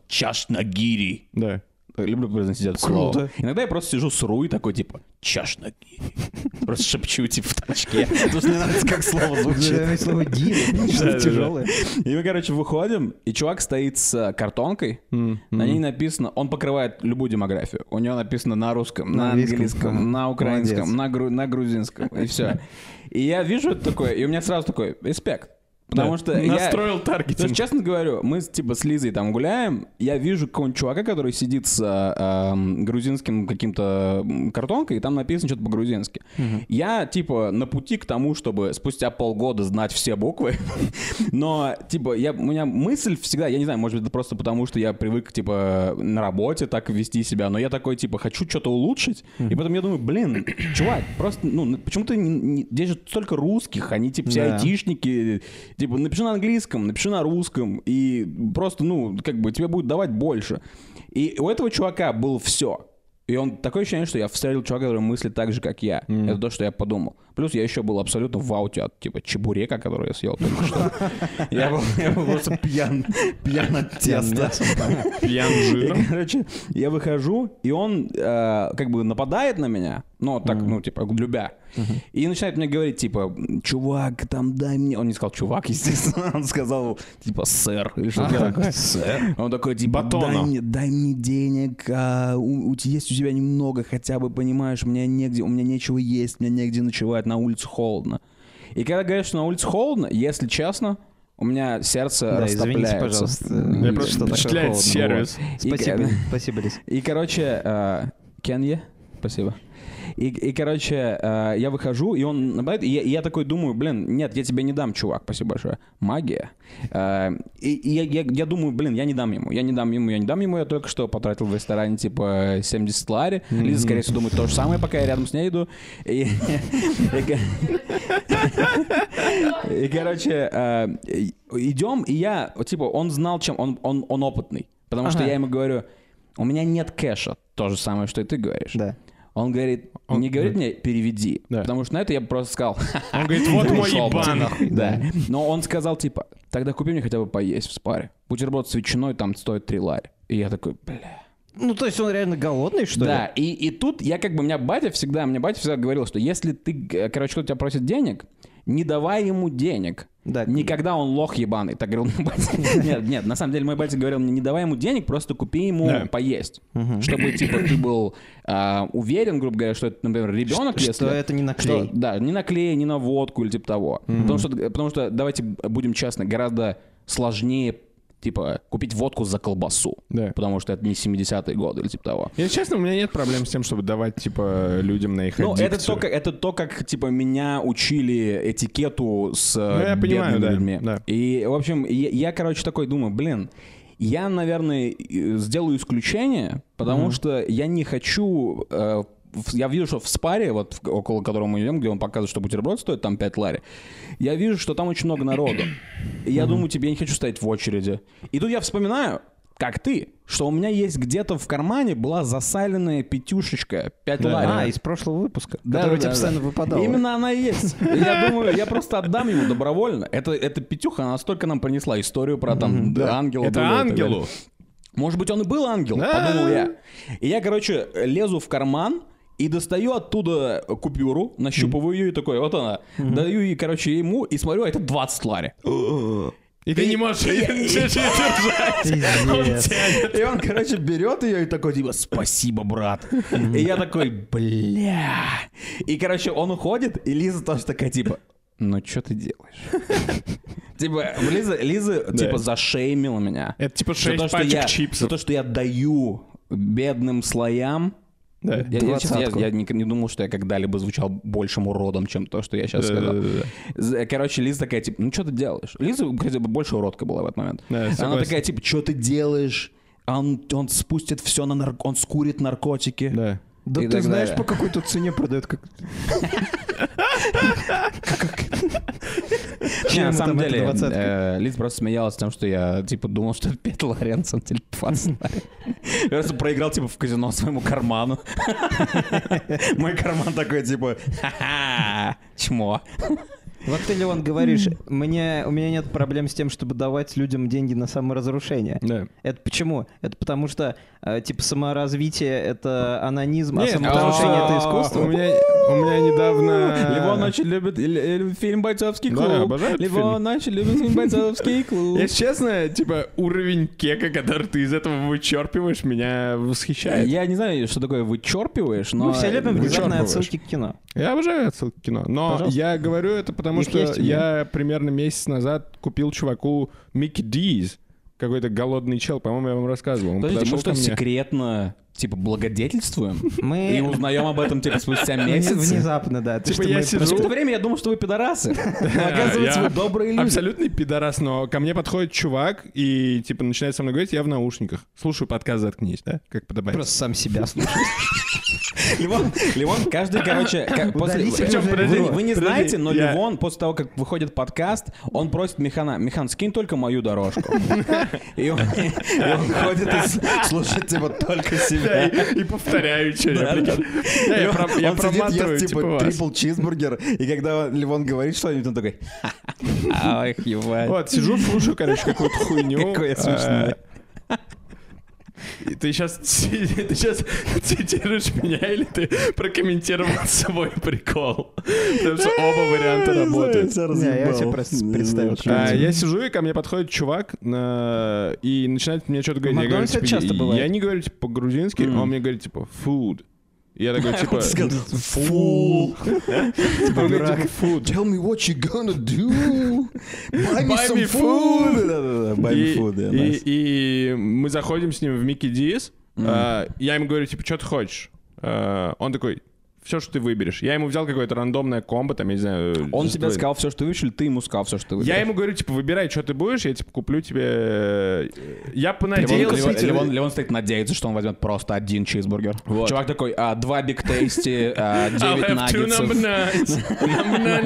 A: «Чашнагири».
C: Да.
A: Люблю произносить это слово. Иногда я просто сижу с руй такой, типа, «Чашнагири». Просто шепчу, типа, в тачке. Потому что мне нравится, как слово звучит.
B: Даже Слово «дили» что-то тяжелое.
A: И мы, короче, выходим, и чувак стоит с э, картонкой, на ней написано, он покрывает любую демографию. У него написано на русском, на,
B: На английском,
A: английском,
B: ага.
A: на украинском,
B: Молодец.
A: на, гру- на грузинском, и все. И я вижу это такое, и у меня сразу такой, респект. Потому
C: Да.
A: что я...
C: Настроил
A: Потому что,
C: таргетинг.
A: честно говорю, мы с, типа с Лизой там гуляем, я вижу какого-нибудь чувака, который сидит с э, эм, грузинским каким-то м, картонкой, и там написано что-то по-грузински. Я, типа, на пути к тому, чтобы спустя полгода знать все буквы, но, типа, я, у меня мысль всегда, я не знаю, может быть, это просто потому, что я привык, типа, на работе так вести себя, но я такой, типа, хочу что-то улучшить, и потом я думаю, блин, чувак, просто, ну, почему ты, не- не- здесь же столько русских, они, типа, все
B: Да.
A: айти айтишники, типа, напиши на английском, напиши на русском, и просто, ну, как бы тебе будет давать больше. И у этого чувака было все. И он такое ощущение, что я встретил человека, который мыслит так же, как я. Это то, что я подумал. Плюс я еще был абсолютно в ауте от типа чебурека, который я съел только что. Я был, я был просто пьян, пьян от теста.
C: Пьян
A: И,
C: жиром.
A: короче, я выхожу, и он э, как бы нападает на меня, ну, вот так, ну, типа, любя, и начинает мне говорить, типа, чувак, там, дай мне... Он не сказал чувак, естественно, он сказал, типа, сэр, или что-то такое. Сэр? Он такой, типа, дай
C: Батоном.
A: мне, дай мне денег, а, у, у тебя есть у тебя немного хотя бы, понимаешь, мне негде, у меня нечего есть, мне негде ночевать, на улице холодно. И когда говорят, что на улице холодно, если честно, у меня сердце
B: Да,
A: растопляется.
B: извините, пожалуйста.
C: Меня
B: Что
C: просто
B: такое
C: впечатляет
B: холодно?
C: сервис.
A: И-
B: Спасибо, спасибо, Лиз.
A: И, короче, э, Кенье, спасибо. И, и, короче, э, я выхожу, и он нападает, и я, и я такой думаю, блин, нет, я тебе не дам, чувак, спасибо большое. Магия. Э, и и я, я- я думаю, блин, я не дам ему, я не дам ему, я не дам ему, я только что потратил в ресторане, типа, 70 лари. Лиза, скорее всего, думает то же самое, пока я рядом с ней иду. И- и ко- и, короче, э, и- идем, и я, вот, типа, он знал, чем он, он, он опытный. Потому что
B: Ага.
A: я ему говорю, у меня нет кэша, то же самое, что и ты говоришь.
B: Да.
A: Он говорит,
C: Он-
A: не говорит мне, переведи.
C: Да.
A: Потому что на это я бы просто сказал,
C: Он говорит, вот мой
A: Ушел бы ты
C: ебан.
A: нахуй, Да. Но он сказал, типа, тогда купи мне хотя бы поесть в спаре. Бутерброд с ветчиной там стоит 3 ларь. И я такой, бля.
B: Ну, то есть он реально голодный, что ли?
A: да, и, и тут я как бы, у меня батя всегда, мне батя всегда говорил, что если ты, э, короче, кто-то тебя просит денег, не давай ему денег.
B: Да.
A: Никогда он лох ебаный, так говорил мой батя. Нет, нет, на самом деле мой батя говорил мне, не давай ему денег, просто купи ему
C: Да.
A: поесть. Чтобы, типа, ты был а, уверен, грубо говоря, что это, например, ребенок, если...
B: Что это не
A: Что,
B: наклей.
A: да, не на клей, не на водку или типа того. Потому, что, потому что, давайте будем честны, гораздо сложнее, типа, купить водку за колбасу.
C: Да.
A: Потому что это не 70-е годы или типа того.
C: Если честно, у меня нет проблем с тем, чтобы давать, типа, людям на их
A: Ну, это
C: аддикцию.
A: то, как, это то, как, типа, меня учили этикету с э,
C: Ну, я
A: бедными
C: понимаю, да,
A: людьми.
C: да.
A: И, в общем, я, я, короче, такой думаю, блин, я, наверное, э, сделаю исключение, потому что я не хочу... э, в- я вижу, что в спаре, вот в- около которого мы идем, где он показывает, что бутерброд стоит там 5 лари, я вижу, что там очень много народу. И я думаю, тебе я не хочу стоять в очереди. И тут я вспоминаю, как ты, что у меня есть где-то в кармане была засаленная пятюшечка 5 лари.
B: А, из прошлого выпуска,
A: Да,
B: который у
A: да,
B: тебя
A: да.
B: постоянно выпадал.
A: Именно она и есть. И Я думаю, я просто отдам ему добровольно. Это, эта пятюха, она столько нам принесла историю про там да, ангела.
C: Это
A: Бога и так
C: ангелу.
A: далее. Может быть, он и был ангел,
C: Да.
A: подумал я. И я, короче, лезу в карман и достаю оттуда купюру, нащупываю ее и такой, вот она. Даю ей, короче, ему и смотрю, а это 20 лари.
C: И ты не можешь держать.
B: Пиздец.
A: И он, короче, берет ее и такой, типа, спасибо, брат. И я такой, бля. И, короче, он уходит, и Лиза тоже такая, типа, ну что ты делаешь? Типа, Лиза, Лиза, типа, зашеймила меня.
C: Это типа
A: За то,
C: шесть
A: что
C: пачек
A: я- За
C: чипсов.
A: то, что я даю бедным слоям,
C: Да.
A: я, я, честно, я-
B: Двадцатку.
A: я не, не думал, что я когда-либо звучал большим уродом, чем то, что я сейчас сказал.
C: Да-да-да.
A: З- Короче, Лиза такая, типа, ну что ты делаешь? Лиза, кстати, больше уродка была в этот момент.
C: Да,
A: Она
C: согласен.
A: такая, типа, что ты делаешь? А Он, он спустит все на нарк... он скурит наркотики.
C: Да.
B: Да
A: И
B: ты
A: так
B: знаешь,
A: далее.
B: по какой тут цене продают? Как...
A: Не, на
B: Чем
A: самом
B: там эта
A: деле,
B: двадцатка?
A: э, Лиза просто смеялась тем, что я, типа, думал, что это 5 лари, а на самом деле 20 лари. Я просто проиграл, типа, в казино своему карману. Мой карман такой, типа, ха-ха, чмо.
B: Вот ты, Леон, говоришь, мне, у меня нет проблем с тем, чтобы давать людям деньги на саморазрушение.
C: Да.
B: Это почему? Это потому что, э, типа, саморазвитие — это анонизм, а
C: Нет,
B: саморазрушение — это
C: а,
B: искусство?
C: У меня, у меня недавно...
A: Левон очень любит э, э, фильм «Бойцовский
C: Да,
A: клуб».
C: обожаю этот
A: Левон очень любит фильм «Бойцовский клуб».
C: Если честно, типа, уровень кека, который ты из этого вычерпиваешь, меня восхищает.
A: Я не знаю, что такое вычерпиваешь, но...
B: Мы все любим внезапные
C: вычерпываешь.
B: отсылки к кино.
C: Я обожаю отсылки к кино. Но
B: Пожалуйста.
C: я говорю это потому,
B: Их
C: что
B: есть у меня.
C: я примерно месяц назад купил чуваку Микки Диз. Какой-то голодный чел, по-моему, я вам рассказывал. Он
A: Подождите,
C: подошел
A: мы что,
C: ко мне.
A: секретно, типа, благодетельствуем?
B: Мы
A: И узнаем об этом, типа, спустя
B: Вне-
A: месяц?
B: внезапно, да. то,
C: Типа,
B: что
C: я
B: мы-
A: Но все
C: сижу-
A: это время я думал, что вы пидорасы. Но
C: Да,
A: оказывается,
C: я
A: вы добрые люди.
C: Абсолютный пидорас, но ко мне подходит чувак и, типа, начинает со мной говорить, я в наушниках. Слушаю подкаст «Заткнись», да? Как подобает.
B: Просто сам себя слушаю.
A: Левон, Левон каждый, короче, ка- после...
B: Удалите
A: Причем,
B: уже
A: подожди,
C: его.
A: Вы не
C: Подожди,
A: знаете, но
C: я-
A: Левон после того, как выходит подкаст, он просит Механа, Механ, скинь только мою дорожку. И он и он ходит и с- слушает, типа, только
C: Да,
A: себя.
C: и, и повторяю, что я, прикинь. Да, я,
A: Левон-
C: про- я
A: он сидит,
C: проматываю,
A: ест,
C: типа, вас.
A: трипл чизбургер, и когда Левон говорит что-нибудь, он такой... Ах, ебать.
C: А, Вот, сижу, слушаю, короче, какую-то хуйню.
A: Какой я смешной.
C: А, и Ты сейчас, ты сейчас цитируешь меня или ты прокомментировал свой прикол? Потому что оба варианта работают.
B: Не, я себе просто представил. что
C: А,
B: это.
C: я сижу, и ко мне подходит чувак на- и начинает мне что-то говорить. Я говорю,
B: Макдональдсе это
C: типа,
B: часто бывает.
C: Я не говорю, типа, по-грузински, он мне говорит, типа, food. Я такой, типа, он
A: Фу.
C: говорит, типа, food.
D: Tell me what you gonna do. Buy
C: Buy
D: me
C: me
D: some
C: food.
D: food. Да-да-да, buy me
C: И,
D: food, yeah,
C: и-
D: nice.
C: и мы заходим с ним в Микки Диз. а, я ему говорю, типа, что ты хочешь? А, он такой, все, что ты выберешь. Я ему взял какое-то рандомное комбо, там, я не знаю.
A: Он
C: из
A: тебе
C: твоих.
A: сказал все, что ты вышел, ты ему сказал все, что ты вышел.
C: Я ему говорю, типа, выбирай, что ты будешь, я, типа, куплю тебе... э, Я типа,
A: Левон,
C: понадеялся...
A: Левон, Левон- Левон стоит надеется, что он возьмет просто один чизбургер. Чувак такой, а, два биг тейсти, а,
C: I'll
A: девять
C: have two number nines,
A: наггетсов.
C: number nine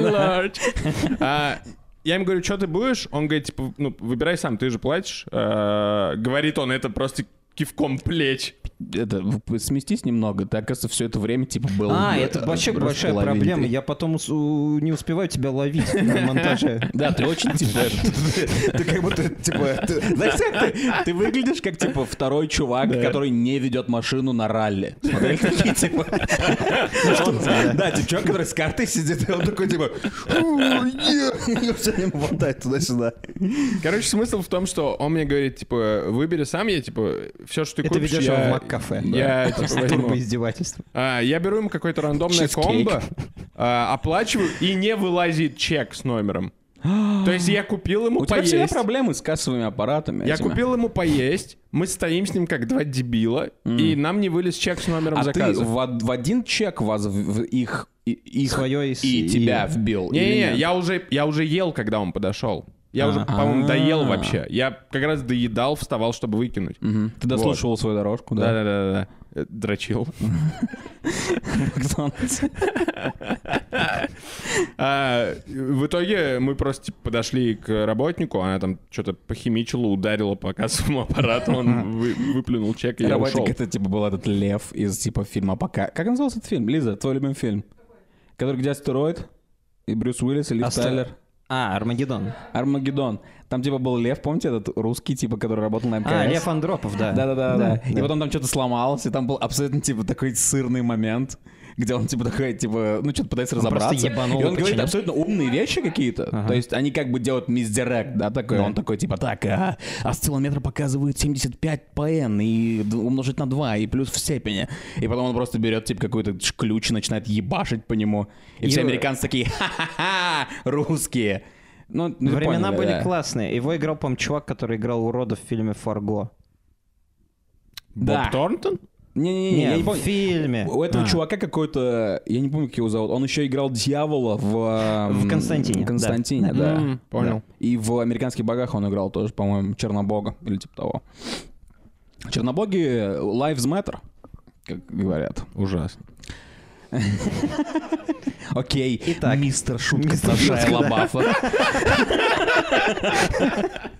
C: large. А, Я ему говорю, что ты будешь? Он говорит, типа, ну, выбирай сам, ты же платишь. А, Говорит он это просто кивком плеч.
A: это, сместись немного, ты, оказывается, все это время, типа, был...
B: А,
A: э,
B: это вообще большая
A: располовиненный.
B: проблема. Я потом ус- у- не успеваю тебя ловить на монтаже.
A: Да, ты очень, типа, ты как будто, типа, ты- знаешь, как ты, ты выглядишь как, типа, второй чувак, который не ведет машину на ралли. Смотрели такие, типа, что- да, типа, чувак, который с картой сидит, и он такой, типа, «Фу, не!» все время болтает туда-сюда.
C: Короче, смысл в том, что он мне говорит, типа, выбери сам, я, типа, все, что ты
B: Это
C: купишь,
B: ведешь его
C: я...
B: в Мак-кафе.
C: Я, типа, возьму.
B: Турбоиздевательство.
C: А, Я беру ему какое-то рандомное
B: Чизкейк.
C: комбо, а, оплачиваю, и не вылазит чек с номером. То есть я купил ему
A: У тебя всегда
C: поесть.
A: проблемы с кассовыми аппаратами.
C: Я
A: этими.
C: купил ему поесть, мы стоим с ним как два дебила, и нам не вылез чек с номером
A: А ты
C: заказа.
A: в, од- в один чек вас в, в их, и, их
B: Своё и с-
A: и,
B: и-
A: тебя вбил? или
C: Не-не-не,
A: нет? А.
C: я уже, я уже ел, когда он подошел. Я уже, по-моему, доел вообще. Я как раз доедал, вставал, чтобы выкинуть.
A: Мгм. Ты дослушивал свою дорожку, да?
C: Да-да-да. да Э, Дрочил.
A: Макдональдс.
C: А, в итоге мы просто типа, подошли к работнику, она там что-то похимичила, ударила по кассовому аппарату, он вы- выплюнул чек и я ушел.
A: Работник это типа был этот лев из типа фильма «Пока». Как назывался этот фильм, Лиза? Твой любимый фильм? Который где астероид? И Брюс Уиллис, и Лив
B: Астер-
A: Тайлер.
B: А, Армагеддон.
A: Армагеддон. Там типа был лев, помните, этот русский, типа, который работал на МКС?
B: А, Лев Андропов, да.
A: Да-да-да. да. И потом там что-то сломалось, и там был абсолютно, типа, такой сырный момент, где он, типа, такой, типа, ну, что-то пытается
B: просто
A: разобраться.
B: ебанул
A: и
B: и
A: он говорит
B: починил.
A: абсолютно умные вещи какие-то. То есть они как бы делают мисдирект, да, такой. Он такой, типа, так, а, осциллометр показывает 75 по n и д- умножить на 2, и плюс в степени. И потом он просто берет, типа, какой-то ш- ключ и начинает ебашить по нему. И, все
B: И-
A: американцы такие, ха-ха-ха, русские. Ну, ну,
B: Времена
A: поняли,
B: были
A: да.
B: классные. Его играл, по-моему, чувак, который играл урода в фильме «Фарго».
A: Да.
C: Боб Торнтон?
A: Не-не-не, я
B: Не,
A: не
B: в
A: помню.
B: фильме. А.
A: У этого чувака какой-то, я не помню, как его зовут, он еще играл дьявола в... эм,
B: В «Константине»,
A: в «Константине», да.
C: М, понял.
A: Да. И в «Американских богах» он играл тоже, по-моему, Чернобога или типа того. Чернобоги lives matter, как говорят.
C: Ужасно.
A: Окей,
B: Итак.
A: мистер Шутка
B: Мистер
A: про Шайа
B: Шутка, да.
A: Лабафа.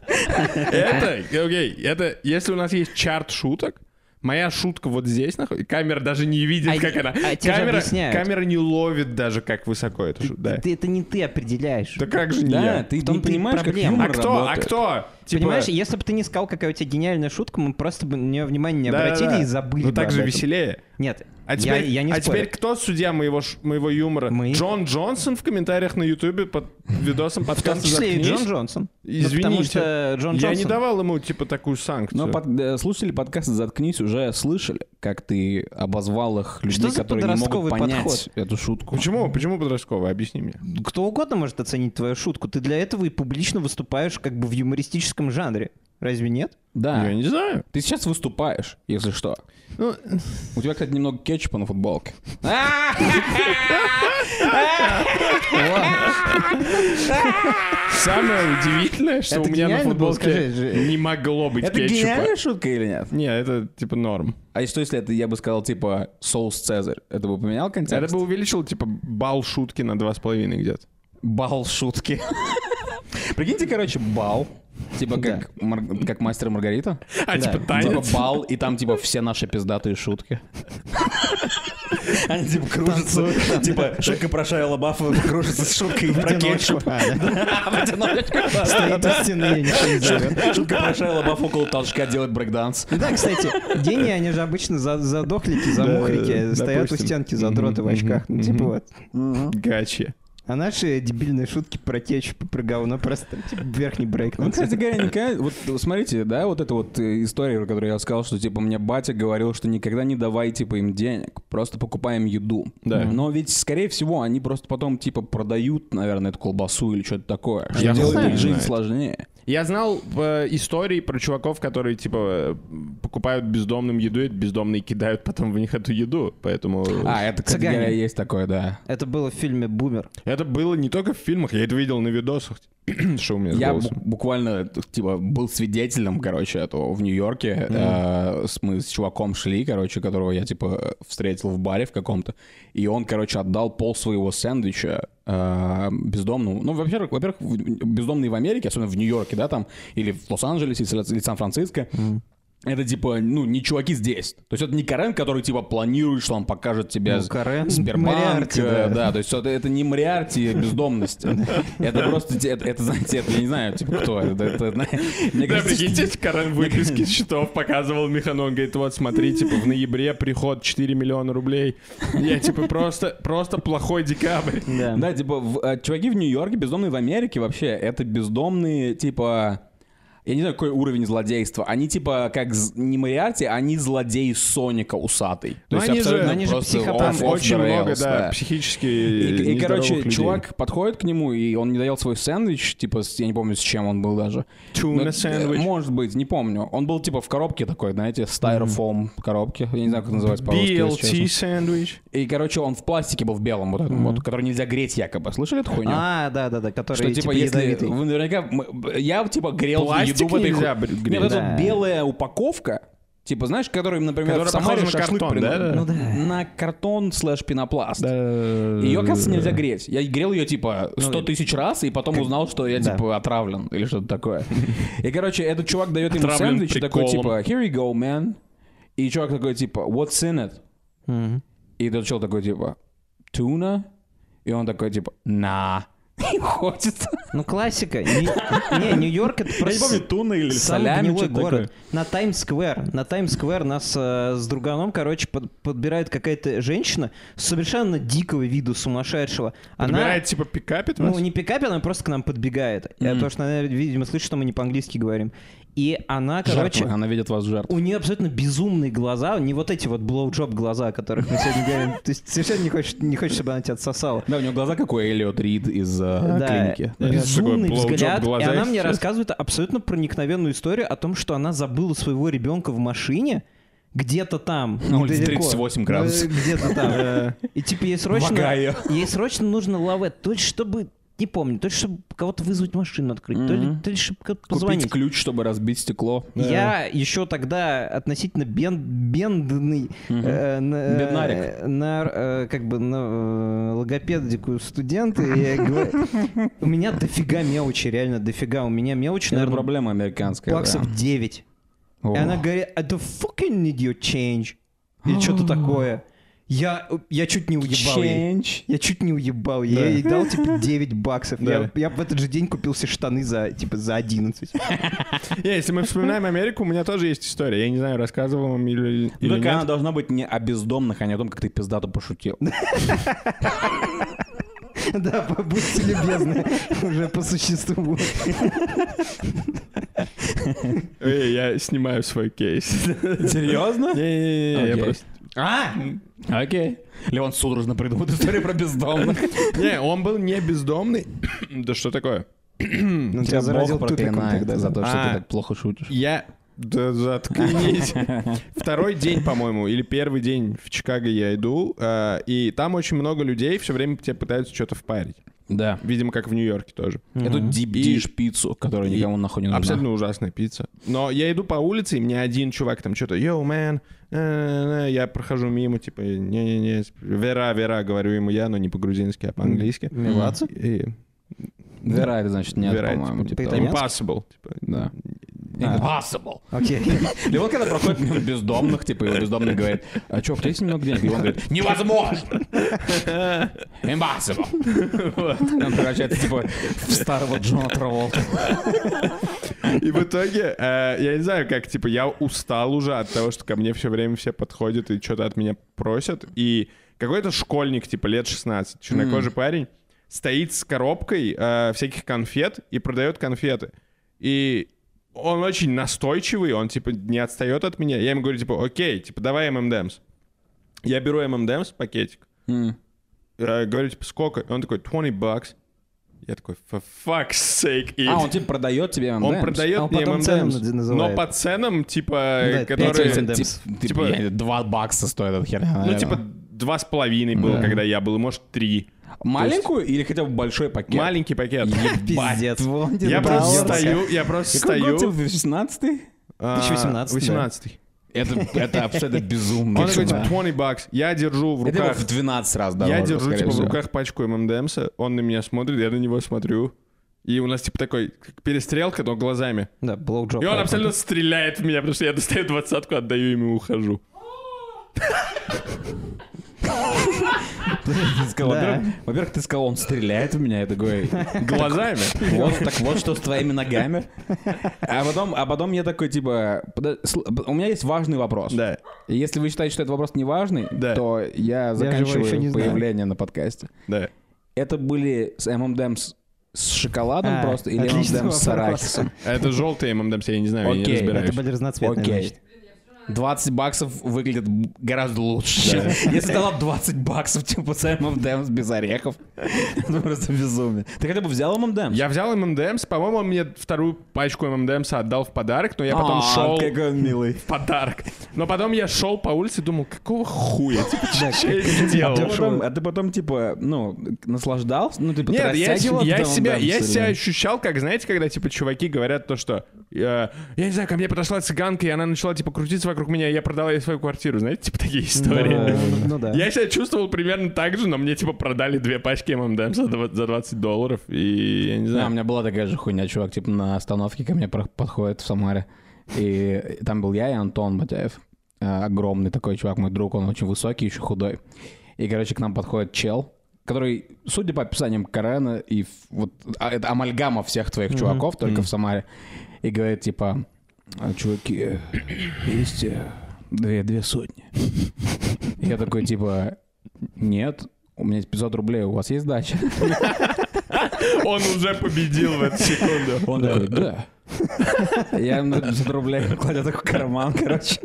C: Это, окей, это, если у нас есть чарт шуток, моя шутка вот здесь находится, камера даже не видит,
B: А
C: как
B: не-
C: она.
B: а тебе же
C: камера,
B: объясняют.
C: камера не ловит даже, как высоко эта шутка. Да.
B: Ты, это не ты определяешь.
C: Да как же не
A: Да,
C: я?
A: ты
B: В том-то
A: не
B: и
A: понимаешь, как
B: проблема.
A: юмор
C: А кто?
A: работает.
C: А кто? Типа-
B: Понимаешь, если бы ты не сказал, какая у тебя гениальная шутка, мы просто бы на нее внимание не
C: Да-да-да.
B: обратили и забыли
C: Ну
B: бы
C: так
B: об
C: же
B: этом.
C: веселее.
B: Нет,
C: А
B: я-
C: теперь,
B: я, не
C: а
B: спорю.
C: теперь кто судья моего, ш- моего юмора?
B: Мы.
C: Джон Джонсон в комментариях на Ютубе под видосом
B: В том
C: подкаста
B: числе и
C: «Заткнись».
B: Джон Джонсон. Ну,
C: Извините.
B: потому что Джон
C: Я
B: Джонсон... Ну,
C: не давал ему, типа, такую санкцию.
A: Но под- э, слушатели подкаста «Заткнись» уже слышали, как ты обозвал их людей,
B: за
A: которые не могут
B: подростковый
A: понять
B: подход?
A: эту шутку.
C: Почему? Почему подростковый? Объясни мне.
B: Кто угодно может оценить твою шутку. Ты для этого и публично выступаешь как бы в юмористическом жанре. Разве нет?
A: Да.
C: Я не знаю.
A: Ты сейчас выступаешь, если что.
C: Ну,
A: У тебя, кстати, немного кетчупа на футболке.
C: самое удивительное, что
B: Это
C: у меня на
B: гениально было,
C: футболке
B: скажи же.
C: не могло быть
A: Это
C: кетчупа.
A: гениальная шутка или нет?
C: Не, это, типа, норм.
A: А что если это, я бы сказал, типа, соус Цезарь? Это бы поменял контекст?
C: Это бы увеличило, типа, бал шутки на 2,5 где-то.
A: бал шутки. Прикиньте, короче, бал. Типа как, мар- как мастер и Маргарита.
C: А, типа,
A: Типа
C: танец.
A: бал, и там типа все наши пиздатые шутки. Они типа кружатся. Типа шутка про Шайя Лабафа кружится с шуткой про кетчуп. В одиночку.
B: А, Стоит у стены, ничего не зовет.
A: Шутка про Шайя Лабафа около толчка делает брейкданс.
B: Ну Да, кстати, гении, они же обычно за- задохлики, замухлики,
C: Да,
B: стоят у
C: допустим.
B: стенки задроты в очках. Ну, типа вот.
C: Гачи.
B: А наши дебильные шутки про кетчуп и про говно просто типа, верхний брейк.
A: Ну, кстати говоря, никогда... Вот смотрите, да, вот эта вот э, история, про которую я сказал, что, типа, мне батя говорил, что никогда не давай, типа, им денег, просто покупаем еду.
C: Да.
A: Но ведь, скорее всего, они просто потом, типа, продают, наверное, эту колбасу или что-то такое. Что
C: Я
A: делает
C: хуй
A: их жизнь
C: знает.
A: сложнее.
C: Я знал э, истории про чуваков, которые, типа, э, покупают бездомным еду, и бездомные кидают потом в них эту еду, поэтому...
A: А, это, кстати
B: Цыгане.
A: говоря, есть такое, да.
B: Это было в фильме «Бумер».
C: Это было не только в фильмах, я это видел на видосах. Что у меня с
A: Я бу-
C: голосом.
A: буквально, типа, был свидетелем, короче, этого в Нью-Йорке. Э, с- мы с чуваком шли, короче, которого я, типа, встретил в баре в каком-то. И он, короче, отдал пол своего сэндвича э, бездомному. Ну, во-первых, во-первых, в- бездомные в Америке, особенно в Нью-Йорке, да, там, или в Лос-Анджелесе, или Сан-Франциско, Это типа, ну, не чуваки здесь. То есть это не Карен, который типа планирует, что он покажет тебе
B: Ну, Карен,
A: Сбербанк.
B: Мориарти,
A: э,
B: да.
A: да, то есть это, это не Мариарти бездомность. Это просто, те- это, это, знаете, это, я не знаю, типа, кто это. это, это, мне
C: Да,
A: кажется,
C: прикиньте, Карен выписки счетов показывал Михану, он говорит, вот смотри, типа, в ноябре приход 4 миллиона рублей. Я, типа, просто, просто плохой декабрь.
A: Да. типа, в- э, чуваки в Нью-Йорке, бездомные в Америке вообще, это бездомные, типа... Я не знаю, какой уровень злодейства. Они типа как з- не Мариарти, они злодей Соника усатый.
C: Ну,
A: То
C: они же-
A: абсолютно
C: они
B: же
A: просто
B: психопаты.
A: off-
C: Там
A: off the
C: очень много,
A: rails,
C: да,
A: да.
C: психически
A: И, и, короче,
C: нездоровых людей.
A: чувак подходит к нему, и он не доел свой сэндвич, типа, с- я не помню, с чем он был даже.
C: Tuna
A: Но, э,
C: sandwich.
A: Может быть, не помню. Он был, типа, в коробке такой, знаете, стайрофом коробке. Я не знаю, как называется по-русски, если
C: BLT
A: честно.
C: сэндвич.
A: И, короче, он в пластике был в белом, вот этом вот, который нельзя греть якобы. Слышали эту хуйню?
B: А, да-да-да,
A: Что,
B: который
A: типа,
B: типа
A: если...
B: ядовитый.
A: Вы наверняка... мы- Я, типа, грел
C: Пластик
A: еду в этой... ху-
C: нельзя бр- греть.
A: Нет, вот эта
B: Да.
A: белая упаковка, типа, знаешь, которую, например,
C: Которая
A: в Самаре
C: похожа на
A: шашлык
C: картон,
A: прино-
C: да?
A: Ну На картон слэш пенопласт. Ее,
C: Ее,
A: оказывается, нельзя греть. Я грел ее, типа, 100 тысяч раз, и потом узнал, что я,
B: Ну, Да.
A: типа, отравлен или что-то такое. И, короче, этот чувак дает ему
C: Отравлен
A: сэндвич, и такой,
C: приколом.
A: типа, here you go, man. И чувак такой, типа, what's in it? И этот чел такой, типа, tuna? И он такой, типа, на. И уходит.
B: Ну, классика. Не, не, Нью-Йорк это просто...
A: туна или
B: Самый гнилой город. На Таймс-сквер. На Таймс-сквер нас э, с друганом, короче, под- подбирает какая-то женщина совершенно дикого виду сумасшедшего. Она,
C: Подбирает, типа, пикапит вас?
B: ну, не пикапит, она просто к нам подбегает. Э, Потому что она, видимо, слышит, что мы не по-английски говорим. И она, короче...
A: Она видит вас жертву.
B: У нее абсолютно безумные глаза, не вот эти вот блоуджоп глаза, о которых мы сегодня говорим. То есть совершенно не хочешь, не хочешь, чтобы она тебя отсосала.
A: Да, у него глаза, как у Эллиот Рид из э,
B: Да,
A: клиники.
C: Я знаю, что такое
B: безумный
C: blowjob
B: взгляд.
C: глаза,
B: И она
C: если
B: мне
C: честно.
B: рассказывает абсолютно проникновенную историю о том, что она забыла своего ребенка в машине, где-то там.
A: На улице
B: недалеко.
A: 38 градусов.
B: Э, Где-то там. И типа ей
A: В
B: срочно...
A: Огайо.
B: Ей срочно нужно лавет, то ли чтобы... Не помню, то ли чтобы кого-то вызвать машину открыть, то ли,
A: Мгм.
B: то ли чтобы кого-то
A: Купить
B: позвонить.
A: ключ, чтобы разбить стекло.
B: Я еще тогда относительно бен, бендный э, на, э,
A: Беднарик.
B: на, э, как бы на э, логопедику студент, и я говорю, у меня дофига мелочи, реально дофига. У меня мелочи,
A: Это
B: наверное,
A: проблема американская. да.
B: баксов 9.
A: О.
B: И она говорит, I don't fucking need your change.
A: А.
B: Или что-то такое. Я, я чуть не уебал ей.
A: Change.
B: Я чуть не уебал. Я
C: Да.
B: ей дал, типа, 9 баксов.
C: Да.
B: Я, я в этот же день купил себе штаны за, типа, за 11.
C: Не, если мы вспоминаем Америку, у меня тоже есть история. Я не знаю, рассказывал вам или,
A: Ну,
C: или
A: так она
C: нет.
A: должна быть не о бездомных, а не о том, как ты пиздато пошутил.
B: Да, б- будьте любезны, уже по существу.
C: Эй, Э, я снимаю свой кейс.
A: Серьезно?
C: Не-не-не, я
A: Окей.
C: просто...
A: А! Окей. Леон судорожно придумал историю про бездомных.
C: Не, он был не бездомный. Да что такое? Хм,
B: Ну, тебя заразил тупиком тогда.
A: за то, что
C: А.
A: ты так плохо шутишь.
C: Я... Да заткнись. Второй день, по-моему, или первый день в Чикаго я иду, э, и там очень много людей все время тебе пытаются что-то впарить.
A: Да.
C: Видимо, как в Нью-Йорке тоже.
A: Эту deep
C: И-
A: dish пиццу, которая
C: и-
A: никому нахуй не нужна.
C: Абсолютно ужасная пицца. Но я иду по улице, и мне один чувак там что-то, йоу, мэн, э, э, э». я прохожу мимо, типа, не-не-не, вера, вера, говорю ему я, но не по-грузински, а по-английски.
B: Меладзе?
C: И-
A: Вера, это значит нет,
C: Вера,
A: по-моему.
C: типа,
A: типа того.
B: по-итальянски?
C: Impossible. типа,
A: Да. Impossible.
B: Окей.
A: Или вот когда проходит мимо бездомных, типа, его бездомный говорит, а чё, у тебя есть немного денег? И он говорит, невозможно! Impossible! Вот. Он превращается, типа, в старого Джона Траволта.
C: И в итоге, э, я не знаю, как, типа, я устал уже от того, что ко мне все время все подходят и что-то от меня просят. И какой-то школьник, типа, лет 16, чернокожий парень, стоит с коробкой э, всяких конфет и продает конфеты. И он очень настойчивый, он, типа, не отстает от меня. Я ему говорю, типа, окей, типа, давай ММДМС. Я беру ММДМС, пакетик.
A: М.
C: Э, говорю, типа, сколько? И он такой, 20 бакс. Я такой, for fuck's sake, eat.
A: А, он, типа, продает тебе M&M's?
C: Он продает
B: А он
C: мне
B: потом
C: M&M's,
B: цену наз-
C: но
B: называет.
C: по ценам, типа,
B: Да,
A: То
C: которые...
A: есть,
B: пять
A: тип-
B: M&M's.
A: типа,
C: Типа-
A: я не знаю, два бакса стоит эта херня,
C: Ну,
A: наверное.
C: типа, два с половиной было, когда я был, может, три.
A: Маленькую или хотя бы большой пакет?
C: Маленький пакет.
B: Пиздец.
C: Я просто
B: Доллар.
C: стою, я просто
A: Какой год, типа,
C: стою.
A: 16
C: а,
B: 1018, да.
C: 18.
A: Это, это абсолютно безумно.
C: Он такой,
A: Да.
C: типа, 20 бакс. Я держу в
A: Это его
C: руках...
A: в 12 раз
C: Я
A: дороже,
C: держу,
A: скорее
C: типа, в
A: всего.
C: руках пачку ММДМСа, он на меня смотрит, я на него смотрю. И у нас типа такой как перестрелка, но глазами.
B: Да, блоуджоп.
C: И он абсолютно стреляет в меня, потому что я достаю двадцатку, отдаю им и ухожу.
A: Ты сказал,
B: Да.
A: во-первых- Во-первых, ты сказал, он стреляет в меня, я такой,
C: Глазами.
A: Вот, так вот что с твоими ногами. А потом, а потом я такой, типа, «Подо- сл- у меня есть важный вопрос.
C: Да.
A: И если вы считаете, что этот вопрос не важный,
C: Да.
A: то я заканчиваю
B: ещё не знаю.
A: появление на подкасте.
C: Да.
A: Это были с ММДМ с, с шоколадом
B: А,
A: просто или
B: отличный
A: ММДМ с
B: вопрос.
A: арахисом?
C: А это желтые ММДМС, я не знаю, я не
A: Окей.
C: разбираюсь.
B: Это были разноцветные,
A: Окей.
B: значит.
A: 20 баксов выглядит б- гораздо лучше. Если дала 20 баксов, типа, с ММДМ без орехов, это просто безумие. Ты хотя бы взял ММДМ?
C: Я взял ММДМС, по-моему, он мне вторую пачку ММДМС отдал в подарок,
A: А,
C: но я потом шел...
A: какой он милый.
C: в подарок. Но потом я шел по улице и думал, какого хуя? Типа, чё
B: э,
C: я здесь
A: А ты,
C: делал?
A: потом, а ты потом, типа, ну, наслаждался? Ну, типа,
C: Нет,
A: ты
C: я,
A: растягивал
C: я
A: этот
C: себя,
A: даунтемп
C: я
A: всё
C: себя
A: время?
C: ощущал, как, знаете, когда, типа, чуваки говорят то, что... э, я не знаю, ко мне подошла цыганка, и она начала, типа, крутиться вокруг меня, и я продала ей свою квартиру. Знаете, типа, такие истории.
B: Да, Ну да.
C: Я себя чувствовал примерно так же, но мне, типа, продали две пачки ММДМ за дв- за 20 долларов, и я не
A: Да, А, у
C: знаю.
A: меня была такая же хуйня, чувак, типа, на остановке ко мне про- подходит в Самаре. И там был я и Антон Батяев. Э, Огромный такой чувак, мой друг, он очень высокий, еще худой. И, короче, к нам подходит чел, который, судя по описаниям Карена, и ф- вот а- это амальгама всех твоих чуваков, только в Самаре, и говорит, типа, «А, чуваки, э, есть э, две, две сотни. Я такой, типа, нет, у меня есть 500 рублей, у вас есть дача?
C: Он уже победил в эту секунду.
A: Он такой, да. Я ему 50 рублей кладя такой в карман, короче.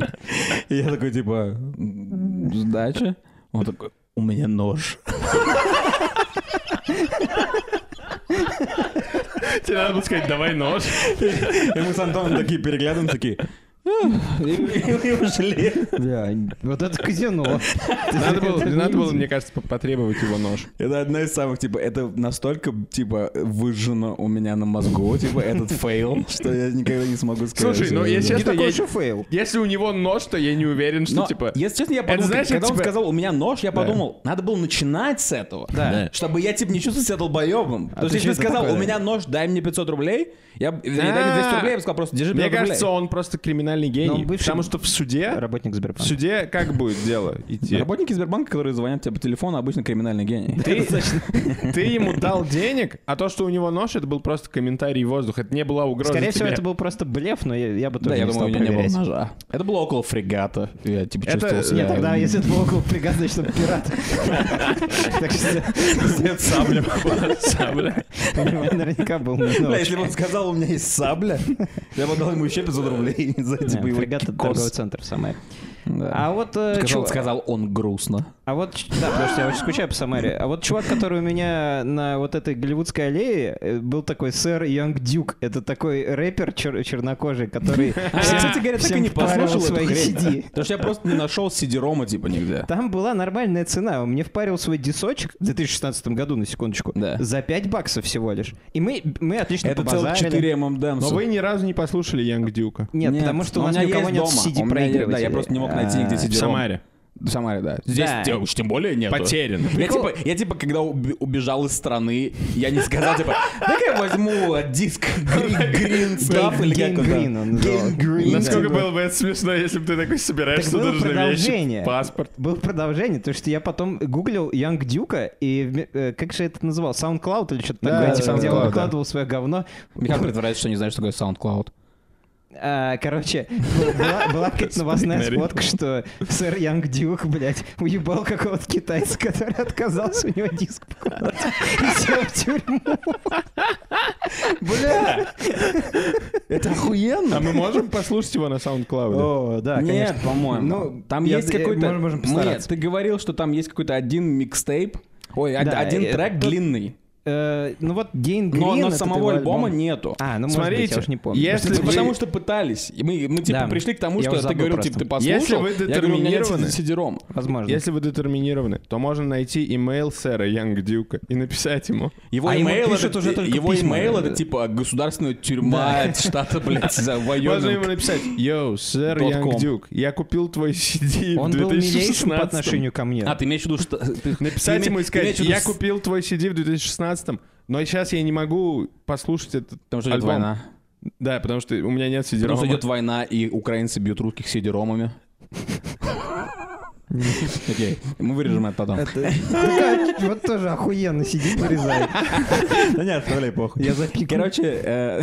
A: И я такой, типа, «М, сдача? Он такой, у меня нож.
C: Тебе надо было сказать, давай нож.
A: И мы с Антоном такие переглядываем, такие, «Ах». и и ушли.
B: Да, Вот это казино.
C: Надо было, надо было, мне кажется, по- потребовать его нож.
A: Это одна из самых, типа, это настолько, типа, выжжено у меня на мозгу, типа, этот фейл, что я никогда не смогу сказать.
C: Слушай,
A: что
C: ну,
A: это
C: если-
A: было.
B: Не
C: Честно,
B: такой
C: я-
B: уж и фейл.
C: Если у него нож, то я не уверен, что
A: Но,
C: типа.
A: если честно, я подумал,
C: знаешь,
A: когда он
C: типа-
A: сказал, у меня нож, я подумал, надо было начинать с этого,
B: Да.
A: чтобы я, типа, не чувствовал себя долбоебом. Потому
B: ты
A: что если
B: чё
A: ты
B: это
A: сказал,
B: такое?
A: у меня нож, дай мне 500 рублей, я б- не дай мне 200 рублей, я бы сказал, просто держи
C: Мне
A: 500
C: кажется,
A: рублей.
C: он просто криминальный
B: Но
C: гений.
B: он бывший-
C: Потому что в суде.
B: Работник
C: В
B: Сбербанка.
C: суде как будет дело идти?
A: Работники Сбербанка, которые звонят тебе по телефону, обычно криминальные гении.
C: Ты, ты ему дал денег, а то, что у него нож, это был просто комментарий воздуха. Это не была угроза.
B: Скорее всего,
C: тебе.
B: это был просто блеф, но я я бы тоже
A: Да, я
B: не
A: думаю, у
B: стал
A: меня не было
B: проверять.
A: ножа. Это было около фрегата. Я, типа,
C: Это-
A: чувствовал себя...
B: Нет, тогда, если это был около фрегата, значит, он пират. Так что
A: Нет, сабля.
C: Сабля.
B: у него наверняка был не
A: Бля,
B: нож.
A: если бы он сказал, у меня есть сабля, я бы дал ему еще 500 рублей за,
B: Да,
A: типа, его
B: Фрегат — это торговый
A: кикос.
B: центр самое.
A: Да.
B: А вот... э,
A: Сказал,
B: чувак-
A: сказал он грустно.
B: А вот, ч- да, потому что я очень скучаю по Самаре. А вот чувак, который у меня на вот этой голливудской аллее, э, был такой сэр Янг Дюк. Это такой рэпер чер- чернокожий, который...
A: А я, кстати говоря, так и
B: всем
A: не
B: впаривал
A: послушал свои
B: свои
A: CD.
B: CD.
A: Потому что я просто не нашел CD-рома, типа, нигде.
B: Там была нормальная цена. Он мне впарил свой дисочек в 2016 году, на секундочку,
A: Да.
B: за 5 баксов всего лишь. И мы, мы отлично
A: Это целых
B: побазарили.
A: 4 ММДМС.
C: Но вы ни разу не послушали Янг Дюка.
B: Нет, потому что у нас
A: меня
B: ни у кого
A: есть
B: нет
A: дома. У меня есть-
B: CD-проигрывателей.
A: Да, я просто не мог найти
B: А,
A: нигде CD-ром.
C: В Самаре.
A: В Самаре, да. Здесь
B: Да.
A: те- уж тем более нет.
C: Потерян.
A: Я типа, я типа, когда уби- убежал из страны, я не сказал, типа, дай я возьму э, диск Гри- Green Stuff или как
B: Game Green ну. он
A: он там.
B: назывался.
C: Насколько
B: Да.
C: было бы это смешно, если бы ты такой собираешься
B: Так было
C: нужные вещи,
B: продолжение.
C: паспорт.
B: Было продолжение, потому что я потом гуглил Янг Дюка, и вме- э, как же это называл? SoundCloud или что-то
C: Да,
B: такое,
C: да,
B: типа,
C: да,
B: где
C: SoundCloud, да.
B: он выкладывал свое говно.
A: Михаил притворяется, что не знаешь, что такое SoundCloud.
B: А, короче, была, была какая-то новостная
C: Игнорировал.
B: сводка, что сэр Янг Дюк, блядь, уебал какого-то китайца, который отказался у него диск покупать. И сел в тюрьму. Бля!
A: Это охуенно.
C: А мы можем послушать его на SoundCloud?
B: О, да,
A: Нет,
B: конечно.
A: по-моему.
B: Ну,
A: там
B: я-
A: есть
B: я-
A: какой-то...
B: можем- можем
A: Нет,
B: постараться.
A: ты говорил, что там есть какой-то один микстейп. Ой, од-
B: Да,
A: один
B: э,
A: трек
B: тут-
A: длинный.
B: Э, Ну вот Гейн
A: Но,
B: Грин...
A: но
B: это
A: самого
B: его
A: альбома
B: альбом.
A: нету.
B: А, ну может быть, я
C: Смотрите,
B: уж не помню.
C: если
A: Это
C: вы-
A: Ну, потому что пытались. И мы, мы типа
B: Да.
A: пришли к тому,
B: Я
A: что
B: уже
A: ты
B: забыл
A: говорил,
B: просто.
A: типа, ты послушал.
C: Если вы
A: я говорю, у меня нет
C: детерминированы-
A: CD-ROM.
B: Возможно.
C: Если вы детерминированы, то можно найти имейл сэра Янг Дюка и написать ему.
A: Его
B: А ему
A: имейл
B: пишут
A: это,
B: уже только
A: его
B: письма.
A: имейл это типа государственная тюрьма штата, блядь, за
C: Можно ему
A: Вайоминг.
C: написать, йоу, сэр
A: Dot
C: Янг
A: com.
C: Дюк, я купил твой CD
B: Он
C: в
B: был милейшим по
C: 2016
B: отношению ко мне.
A: А, ты имеешь в виду, что... ты-
C: Написать
A: ты име-
C: ему и
A: ты имеешь
C: сказать,
A: в виду
C: я
A: с-
C: купил твой CD в 2016 Но сейчас я не могу послушать этот
A: Потому что идет
C: альбом.
A: война.
C: Да, потому что у меня нет
A: Потому
C: сидерома.
A: что идет война, и украинцы бьют русских сидеромами. Окей, мы вырежем это потом.
B: Это- Такая- Вот тоже охуенно сидит, вырезает.
D: Да не, оставляй похуй.
B: Я запикал.
A: Короче, э,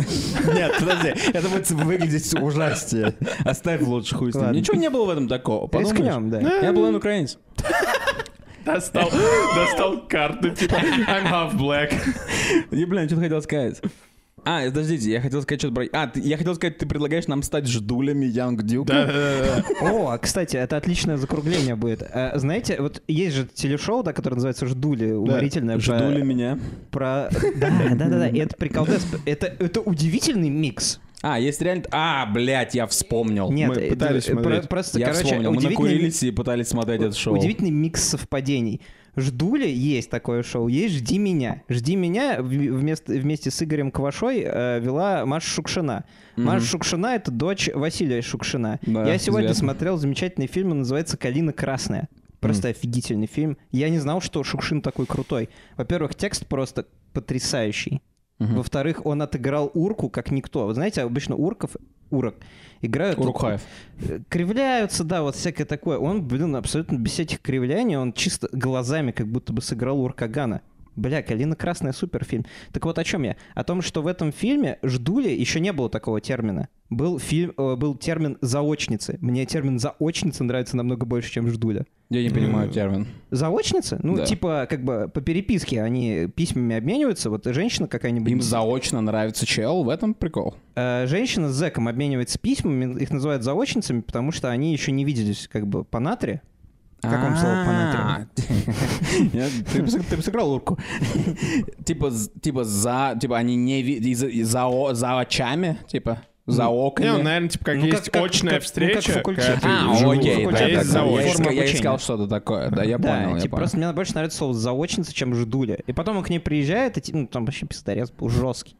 D: Нет, подожди, это будет выглядеть ужаснее. Оставь лучше хуй с ним.
B: Ладно.
A: ничего не было в этом такого.
B: Рискнем,
A: Подумаешь?
B: да.
A: Я был он украинец.
C: Достал, достал карту, типа, I'm half black.
A: И, блин, что ты хотел сказать? А, подождите, я хотел сказать что-то про... А, ты- я хотел сказать, ты предлагаешь нам стать ждулями Янг Дюка?
B: О, а, кстати, это отличное закругление будет. Э, Знаете, вот есть же телешоу, да, которое называется «Ждули», уморительное. про-
A: Ждули меня.
B: Про... Да, да, да, да, и это приколдес. Это, это удивительный микс.
A: А, есть реально... А, блядь, я вспомнил.
B: Нет,
C: Мы
B: э,
C: пытались
B: э, про-
C: смотреть.
B: просто,
A: Я
B: короче,
A: вспомнил. Мы
B: удивительный
A: накурились и пытались смотреть это шоу.
B: Удивительный микс совпадений. Ждули, есть такое шоу, есть «Жди меня». «Жди меня» в- вместо, вместе с Игорем Квашой э, вела Маша Шукшина. Маша Шукшина — это дочь Василия Шукшина.
A: Да,
B: Я сегодня
A: известно.
B: смотрел замечательный фильм, он называется «Калина красная». Просто офигительный фильм. Я не знал, что Шукшин такой крутой. Во-первых, текст просто потрясающий. Во-вторых, он отыграл урку как никто. Вы знаете, обычно урков, урок, играют...
A: Урукхаев.
B: Э, кривляются, да, вот всякое такое. Он, блин, абсолютно без всяких кривляний, он чисто глазами как будто бы сыграл Уркагана. Бля, «Калина красная» — суперфильм. Так вот о чем я? О том, что в этом фильме «Ждули» еще не было такого термина. Был, фильм, э, был термин «заочницы». Мне термин «заочница» нравится намного больше, чем «Ждуля».
A: Я не понимаю термин.
B: Заочницы? Ну,
A: Да.
B: типа, как бы по переписке они письмами обмениваются. Вот женщина какая-нибудь...
A: Им заочно нравится чел, в этом прикол.
B: Э, Женщина с зэком обменивается письмами, их называют заочницами, потому что они еще не виделись как бы по натре. В каком слово по натре?
A: А, я- Ты бы сыг- ты бы сыграл урку. Типа, з- типа за, типа они не ви- и за- и за о- за очами, типа за
C: Не, ну,
A: окнами.
C: наверное, типа, как
B: Ну, как-
C: есть
B: как-
C: очная
B: как- ну, как
C: встреча,
B: факультет.
C: когда ты
A: А,
C: вживую,
A: окей,
C: а
A: да,
B: Факультет,
A: да,
C: есть
A: да.
B: заочно.
A: Я
C: заочная.
B: Форма
A: искал- Я искал
B: обучения.
A: что-то такое, да, я
B: да,
A: понял, я
B: типа,
A: понял.
B: просто мне больше нравится слово заочница, чем ждуля. И потом он к ней приезжает, и ти- ну, там вообще пиздорез был жесткий.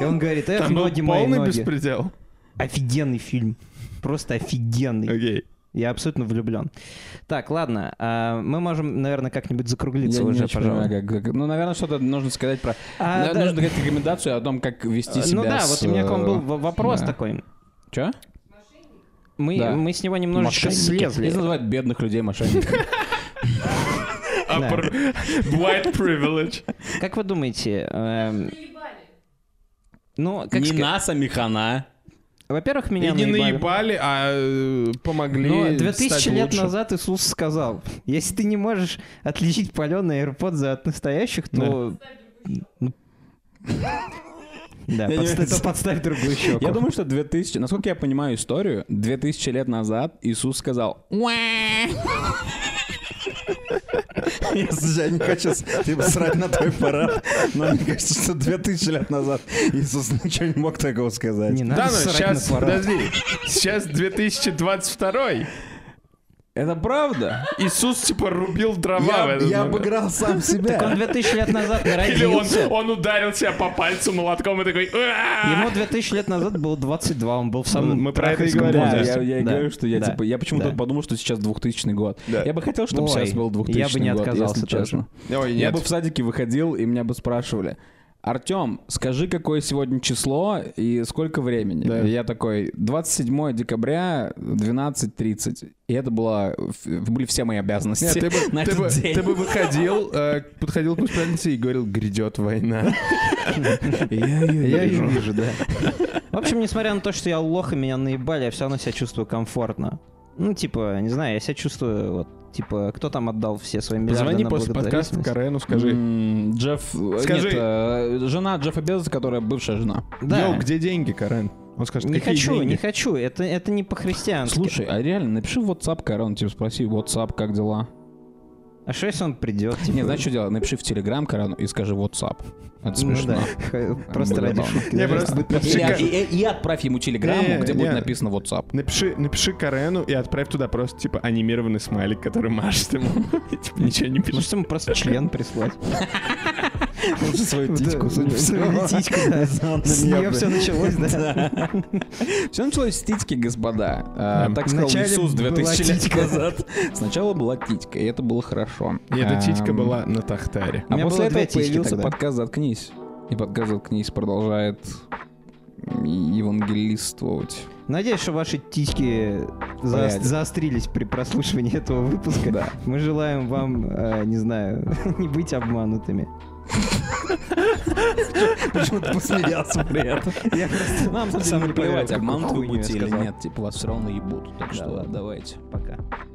B: И он говорит, эх,
C: Там был
B: ноги мои,
C: полный
B: ноги.
C: беспредел.
B: Офигенный фильм. Просто офигенный.
C: Окей.
B: Я абсолютно влюблен. Так, ладно, а, мы можем, наверное, как-нибудь закруглиться
A: Я не
B: уже,
A: очень понимаю,
B: пожалуй.
A: как- как- ну, наверное, что-то нужно сказать про...
B: А,
A: Наверное,
B: да.
A: Нужно дать рекомендацию о том, как вести себя
B: Ну да,
A: с, э,
B: вот у меня к вам был в- вопрос
A: да.
B: такой.
A: Че?
B: Мы,
A: Да.
B: мы с него немножечко слезли.
A: Здесь называют бедных людей мошенниками.
C: Upper- А White privilege.
B: Как вы думаете, эм, ну, как
A: Не
B: ска-
A: нас, а механа.
B: во-первых,
C: И
B: меня
C: не
B: наебали.
C: наебали, а э,
B: Но
C: помогли
B: 2000
C: стать
B: Ну, лет
C: лучше.
B: назад Иисус сказал, если ты не можешь отличить паленый AirPods за от настоящих, то... Ну, Да,
A: Я не
B: подста-
A: знаю.
B: то подставь другую щеку.
A: Я думаю, что 2000... Насколько я понимаю историю, 2000 лет назад Иисус сказал...
D: Я не хочу с- типа, срать на твой парад, но мне кажется, что 2000 лет назад Иисус ничего не мог такого сказать.
B: Не надо
C: Да, но
B: срать
C: сейчас,
B: на парад.
C: подожди, сейчас 2022
A: Это правда?
C: Иисус, типа, рубил дрова в
D: Я,
C: этот
D: я
C: момент.
D: обыграл сам
B: Так он
D: себя.
B: 2000 лет назад
C: Или он,
B: родился.
C: он ударил себя по пальцу молотком и такой... «Ааа!»
B: Ему 2000 лет назад было 22, он был в самом
C: Мы про это и
B: трахальском
C: говорим,
A: Да,
B: возрасте.
A: я, я и
B: Да,
A: говорю, что я
B: да,
A: типа... Я почему-то
B: да.
A: подумал, что сейчас 2000 год.
C: Да.
A: Я бы хотел, чтобы
B: Ой,
A: сейчас был 2000
B: я бы не
A: год,
B: отказался
A: если
B: тоже.
A: честно.
C: Ой,
A: Я
C: нет.
A: бы в садике выходил, и меня бы спрашивали, Артем, скажи, какое сегодня число и сколько времени?
C: Да.
A: И Я такой, 27 декабря, 12.30. И это было, ф- были все мои
C: Нет,
A: обязанности
C: ты бы,
A: на
C: ты
A: этот
C: бы-
A: день.
C: ты бы выходил, э, подходил к воспитательнице и говорил, грядет война.
A: Я её
B: Я
A: вижу.
B: ее вижу, да. В общем, несмотря на то, что я лох и меня наебали, я все равно себя чувствую комфортно. Ну, типа, не знаю, я себя чувствую, вот, типа, кто там отдал все свои миллиарды
C: Позвони
B: на
C: после подкаста
B: благотворительность?
C: Карену, скажи,
A: М, Джефф... э,
C: Скажи.
A: нет, э, жена Джеффа Безоса, которая бывшая жена.
B: Да.
C: «Йоу, где деньги, Карен? Он скажет,
B: Не
C: какие
B: хочу,
C: деньги?
B: не хочу, это, это не по-христиански.
A: Слушай, а реально, напиши в WhatsApp, Карен, типа спроси, WhatsApp, как дела?
B: А что если он придет?
A: Не, знаешь, что делать? Напиши в Telegram, Карен, и скажи WhatsApp.
C: Ну
A: Это смешно.
B: Ну Просто
A: Было
B: ради
A: бы.
B: шутки.
C: Не,
B: да.
C: просто напиши
A: Или-
C: Кар-
A: и, и- и отправь ему телеграмму,
C: Не,
A: где будет
C: не.
A: написано WhatsApp.
C: Напиши, напиши Карену и отправь туда просто, типа, анимированный смайлик, который машет ему. И, Типа, ничего не пишешь.
B: Может, ему просто член прислать?
D: Лучше свою титьку,
B: Да,
D: судя по всему.
B: свою титьку, да.
D: Зам на
B: С
D: меня,
B: нее
D: бля.
B: все началось, да?
A: Все началось с титьки, господа. А,
B: Да.
A: Так сказал
B: Вначале
A: Иисус
B: была
A: 2000 лет
B: титька.
A: назад. Сначала была титька, и это было хорошо.
C: И эта титька
A: Ам,
C: была на Тахтаре.
A: А
B: меня
A: после
B: было две
A: этого
B: титьки
A: появился
B: тогда.
A: подкаст «Заткнись». И подкаст «Заткнись» продолжает евангелистствовать.
B: Надеюсь, что ваши титьки за-
A: Блядь.
B: заострились при прослушивании этого выпуска.
A: Да.
B: Мы желаем вам, э, не знаю, не быть обманутыми.
D: Почему ты посмеялся при этом?
B: Я просто на самом деле,
A: Нам совсем
B: не
A: плевать,
B: поверил, какую
A: обманут вы
B: хуйню я
A: будете или
B: сказал.
A: нет. Типа вас все равно ебут. Так
B: Да
A: что
B: ладно.
A: давайте.
B: Пока.